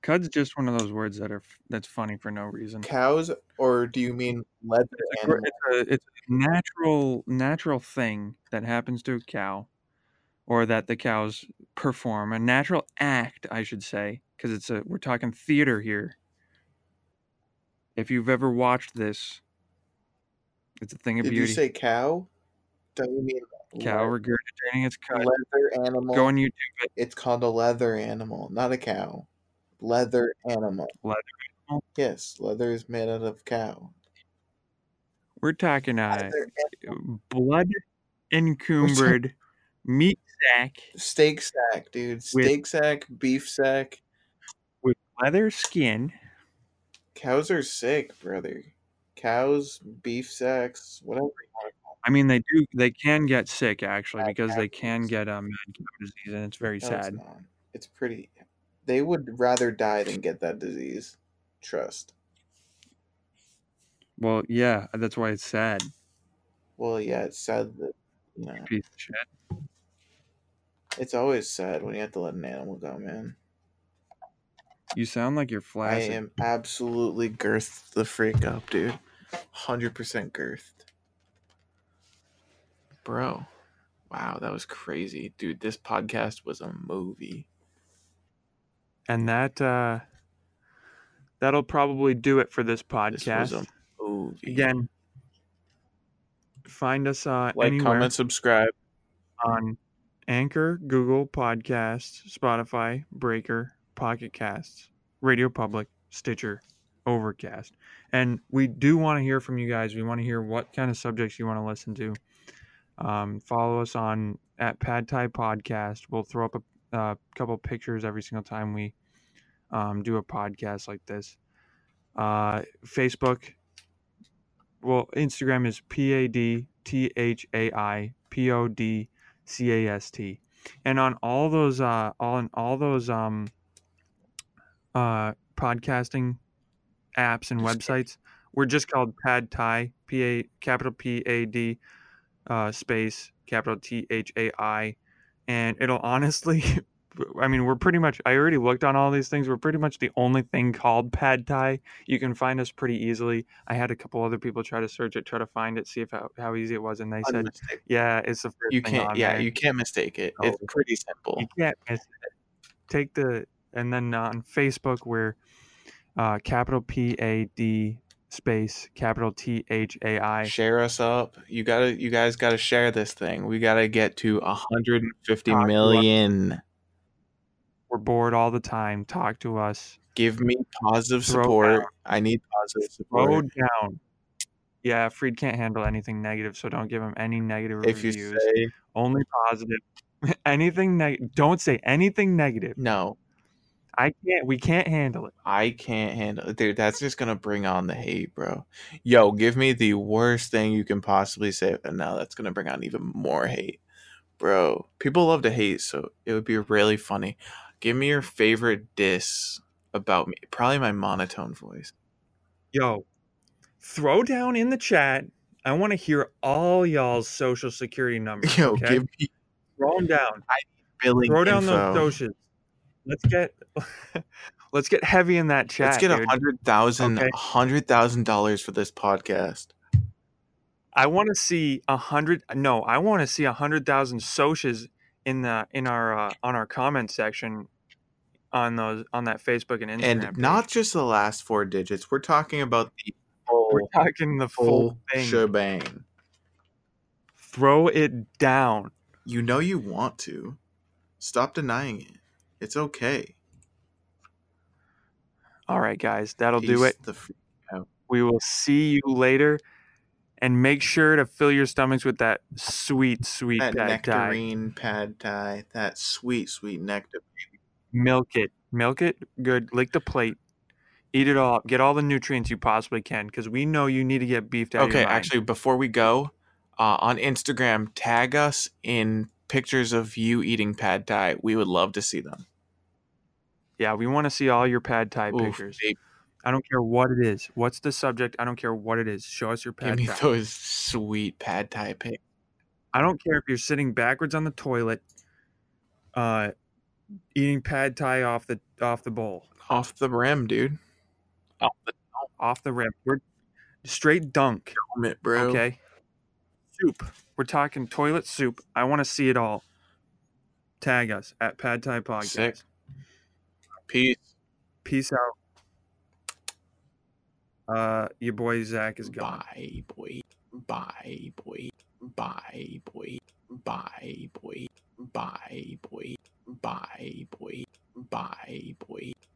[SPEAKER 1] Cud's just one of those words that are that's funny for no reason.
[SPEAKER 2] Cows, or do you mean leather
[SPEAKER 1] It's a,
[SPEAKER 2] animals?
[SPEAKER 1] it's a- it's a natural natural thing that happens to a cow, or that the cows perform a natural act, I should say, because it's a we're talking theater here. If you've ever watched this, it's a thing of
[SPEAKER 2] Did you
[SPEAKER 1] beauty.
[SPEAKER 2] say cow? Don't you mean
[SPEAKER 1] cow regurgitating its
[SPEAKER 2] le-
[SPEAKER 1] cud.
[SPEAKER 2] leather animal?
[SPEAKER 1] Go on YouTube.
[SPEAKER 2] It's called a leather animal, not a cow. Leather animal.
[SPEAKER 1] Leather animal?
[SPEAKER 2] Yes, leather is made out of cow.
[SPEAKER 1] We're talking uh,
[SPEAKER 2] Leather
[SPEAKER 1] blood encumbered meat sack
[SPEAKER 2] Steak sack, dude. Steak sack, beef sack.
[SPEAKER 1] with leather skin.
[SPEAKER 2] Cows are sick, brother. Cows, beef sacks, whatever. you want.
[SPEAKER 1] I mean, they do they can get sick actually
[SPEAKER 2] Mad
[SPEAKER 1] because
[SPEAKER 2] cow
[SPEAKER 1] they can
[SPEAKER 2] disease.
[SPEAKER 1] get um, mad cow disease, and it's very
[SPEAKER 2] No,
[SPEAKER 1] sad.
[SPEAKER 2] It's, not. it's pretty. They would rather die than get that disease. Trust.
[SPEAKER 1] Well, yeah, that's why it's sad.
[SPEAKER 2] Well, yeah, it's sad that you know.
[SPEAKER 1] Piece of shit.
[SPEAKER 2] It's always sad when you have to let an animal go, man.
[SPEAKER 1] You sound like you're
[SPEAKER 2] I
[SPEAKER 1] flaccid.
[SPEAKER 2] am absolutely girthed the freak up, dude. Hundred percent girthed, bro. Wow, that was crazy, dude. This podcast was a movie.
[SPEAKER 1] And that uh, that'll probably do it for this
[SPEAKER 2] This
[SPEAKER 1] podcast.
[SPEAKER 2] was a movie.
[SPEAKER 1] Again, find us uh,
[SPEAKER 2] like,
[SPEAKER 1] anywhere
[SPEAKER 2] comment, subscribe.
[SPEAKER 1] on Anchor, Google Podcasts, Spotify, Breaker, Pocket Casts, Radio Public, Stitcher, Overcast. And we do want to hear from you guys. We want to hear what kind of subjects you want to listen to. Um, follow us on at Pad Thai Podcast. We'll throw up a uh, couple pictures every single time we um, do a podcast like this. Uh, Facebook, well, Instagram is P A D T H A I P O D C A S T, and on all those uh, on all those um, uh, podcasting apps and websites, we're just called Pad Thai P A capital P A D uh, space capital T H A I, and it'll honestly. I mean, we're pretty much. I already looked on all these things. We're pretty much the only thing called Pad Thai. You can find us pretty easily. I had a couple other people try to search it, try to find it, see if how, how easy it was, and they said,
[SPEAKER 2] Unmistak-
[SPEAKER 1] "Yeah, it's the first
[SPEAKER 2] you
[SPEAKER 1] thing
[SPEAKER 2] can't.
[SPEAKER 1] on
[SPEAKER 2] Yeah,
[SPEAKER 1] there.
[SPEAKER 2] you can't mistake it.
[SPEAKER 1] No.
[SPEAKER 2] It's pretty simple.
[SPEAKER 1] You can't miss it. Take the and then on Facebook we're uh, capital P A D space capital T H A I.
[SPEAKER 2] share us up. You gotta, you guys gotta share this thing. We gotta get to 150
[SPEAKER 1] Talk to us.
[SPEAKER 2] million.
[SPEAKER 1] We're bored all the time. Talk to us.
[SPEAKER 2] Give me positive
[SPEAKER 1] Throw
[SPEAKER 2] support.
[SPEAKER 1] down.
[SPEAKER 2] I need positive support.
[SPEAKER 1] Slow down. Yeah, Freed can't handle anything negative, so don't give him any negative
[SPEAKER 2] if you
[SPEAKER 1] reviews.
[SPEAKER 2] say
[SPEAKER 1] Only positive. anything neg- don't say anything negative.
[SPEAKER 2] No,
[SPEAKER 1] I can't we can't handle it.
[SPEAKER 2] I can't handle dude, that's just gonna bring on the hate, bro. Yo, give me the worst thing you can possibly say, and now that's gonna bring on even more hate. Bro, people love to hate, so it would be really funny. Give me your favorite diss about me. Probably my monotone voice.
[SPEAKER 1] Yo, throw down in the chat. I want to hear all y'all's social security numbers.
[SPEAKER 2] Yo,
[SPEAKER 1] okay?
[SPEAKER 2] give me
[SPEAKER 1] throw them down.
[SPEAKER 2] billing.
[SPEAKER 1] Throw down
[SPEAKER 2] info.
[SPEAKER 1] those socials. Let's get let's get heavy in that chat.
[SPEAKER 2] Let's get a
[SPEAKER 1] dude.
[SPEAKER 2] hundred thousand
[SPEAKER 1] Okay.
[SPEAKER 2] a hundred thousand dollars for this podcast.
[SPEAKER 1] I want to see a hundred. No, I want to see a hundred thousand socias in the in our uh, on our comment section on those on that Facebook and Instagram.
[SPEAKER 2] And
[SPEAKER 1] page.
[SPEAKER 2] not just the last four digits. We're talking about the
[SPEAKER 1] we're
[SPEAKER 2] whole,
[SPEAKER 1] talking the full
[SPEAKER 2] whole
[SPEAKER 1] thing.
[SPEAKER 2] shebang.
[SPEAKER 1] Throw it down.
[SPEAKER 2] You know you want to. Stop denying it. It's okay.
[SPEAKER 1] All right, guys, that'll do
[SPEAKER 2] Peace
[SPEAKER 1] it.
[SPEAKER 2] the f-
[SPEAKER 1] We will see you later, and make sure to fill your stomachs with that sweet, sweet
[SPEAKER 2] that
[SPEAKER 1] pad thai.
[SPEAKER 2] nectarine pad thai. That sweet, sweet nectar.
[SPEAKER 1] Milk it, milk it good. Lick the plate. Eat it all up. Get all the nutrients you possibly can, because we know you need to get beefed out. of your
[SPEAKER 2] Okay,
[SPEAKER 1] mind.
[SPEAKER 2] actually, before we go, uh, on Instagram, tag us in pictures of you eating pad thai. We would love to see them.
[SPEAKER 1] Yeah, we want to see all your pad thai
[SPEAKER 2] Oof,
[SPEAKER 1] pictures.
[SPEAKER 2] babe,
[SPEAKER 1] I don't care what it is. What's the subject? I don't care what it is. Show us your
[SPEAKER 2] give
[SPEAKER 1] pad
[SPEAKER 2] me
[SPEAKER 1] thai.
[SPEAKER 2] those sweet pad thai pics.
[SPEAKER 1] I don't care if you're sitting backwards on the toilet, uh, eating pad thai off the off the bowl,
[SPEAKER 2] Off the rim, dude. Off the
[SPEAKER 1] off the rim. We're straight dunk.
[SPEAKER 2] helmet, bro.
[SPEAKER 1] Okay. Soup. We're talking toilet soup. I want to see it all. Tag us at Pad Thai Podcast.
[SPEAKER 2] Sick. Peace.
[SPEAKER 1] Peace out. Uh, your boy Zach is gone.
[SPEAKER 2] Bye, boy. Bye, boy. Bye, boy. Bye, boy. Bye, boy. Bye, boy. Bye, boy.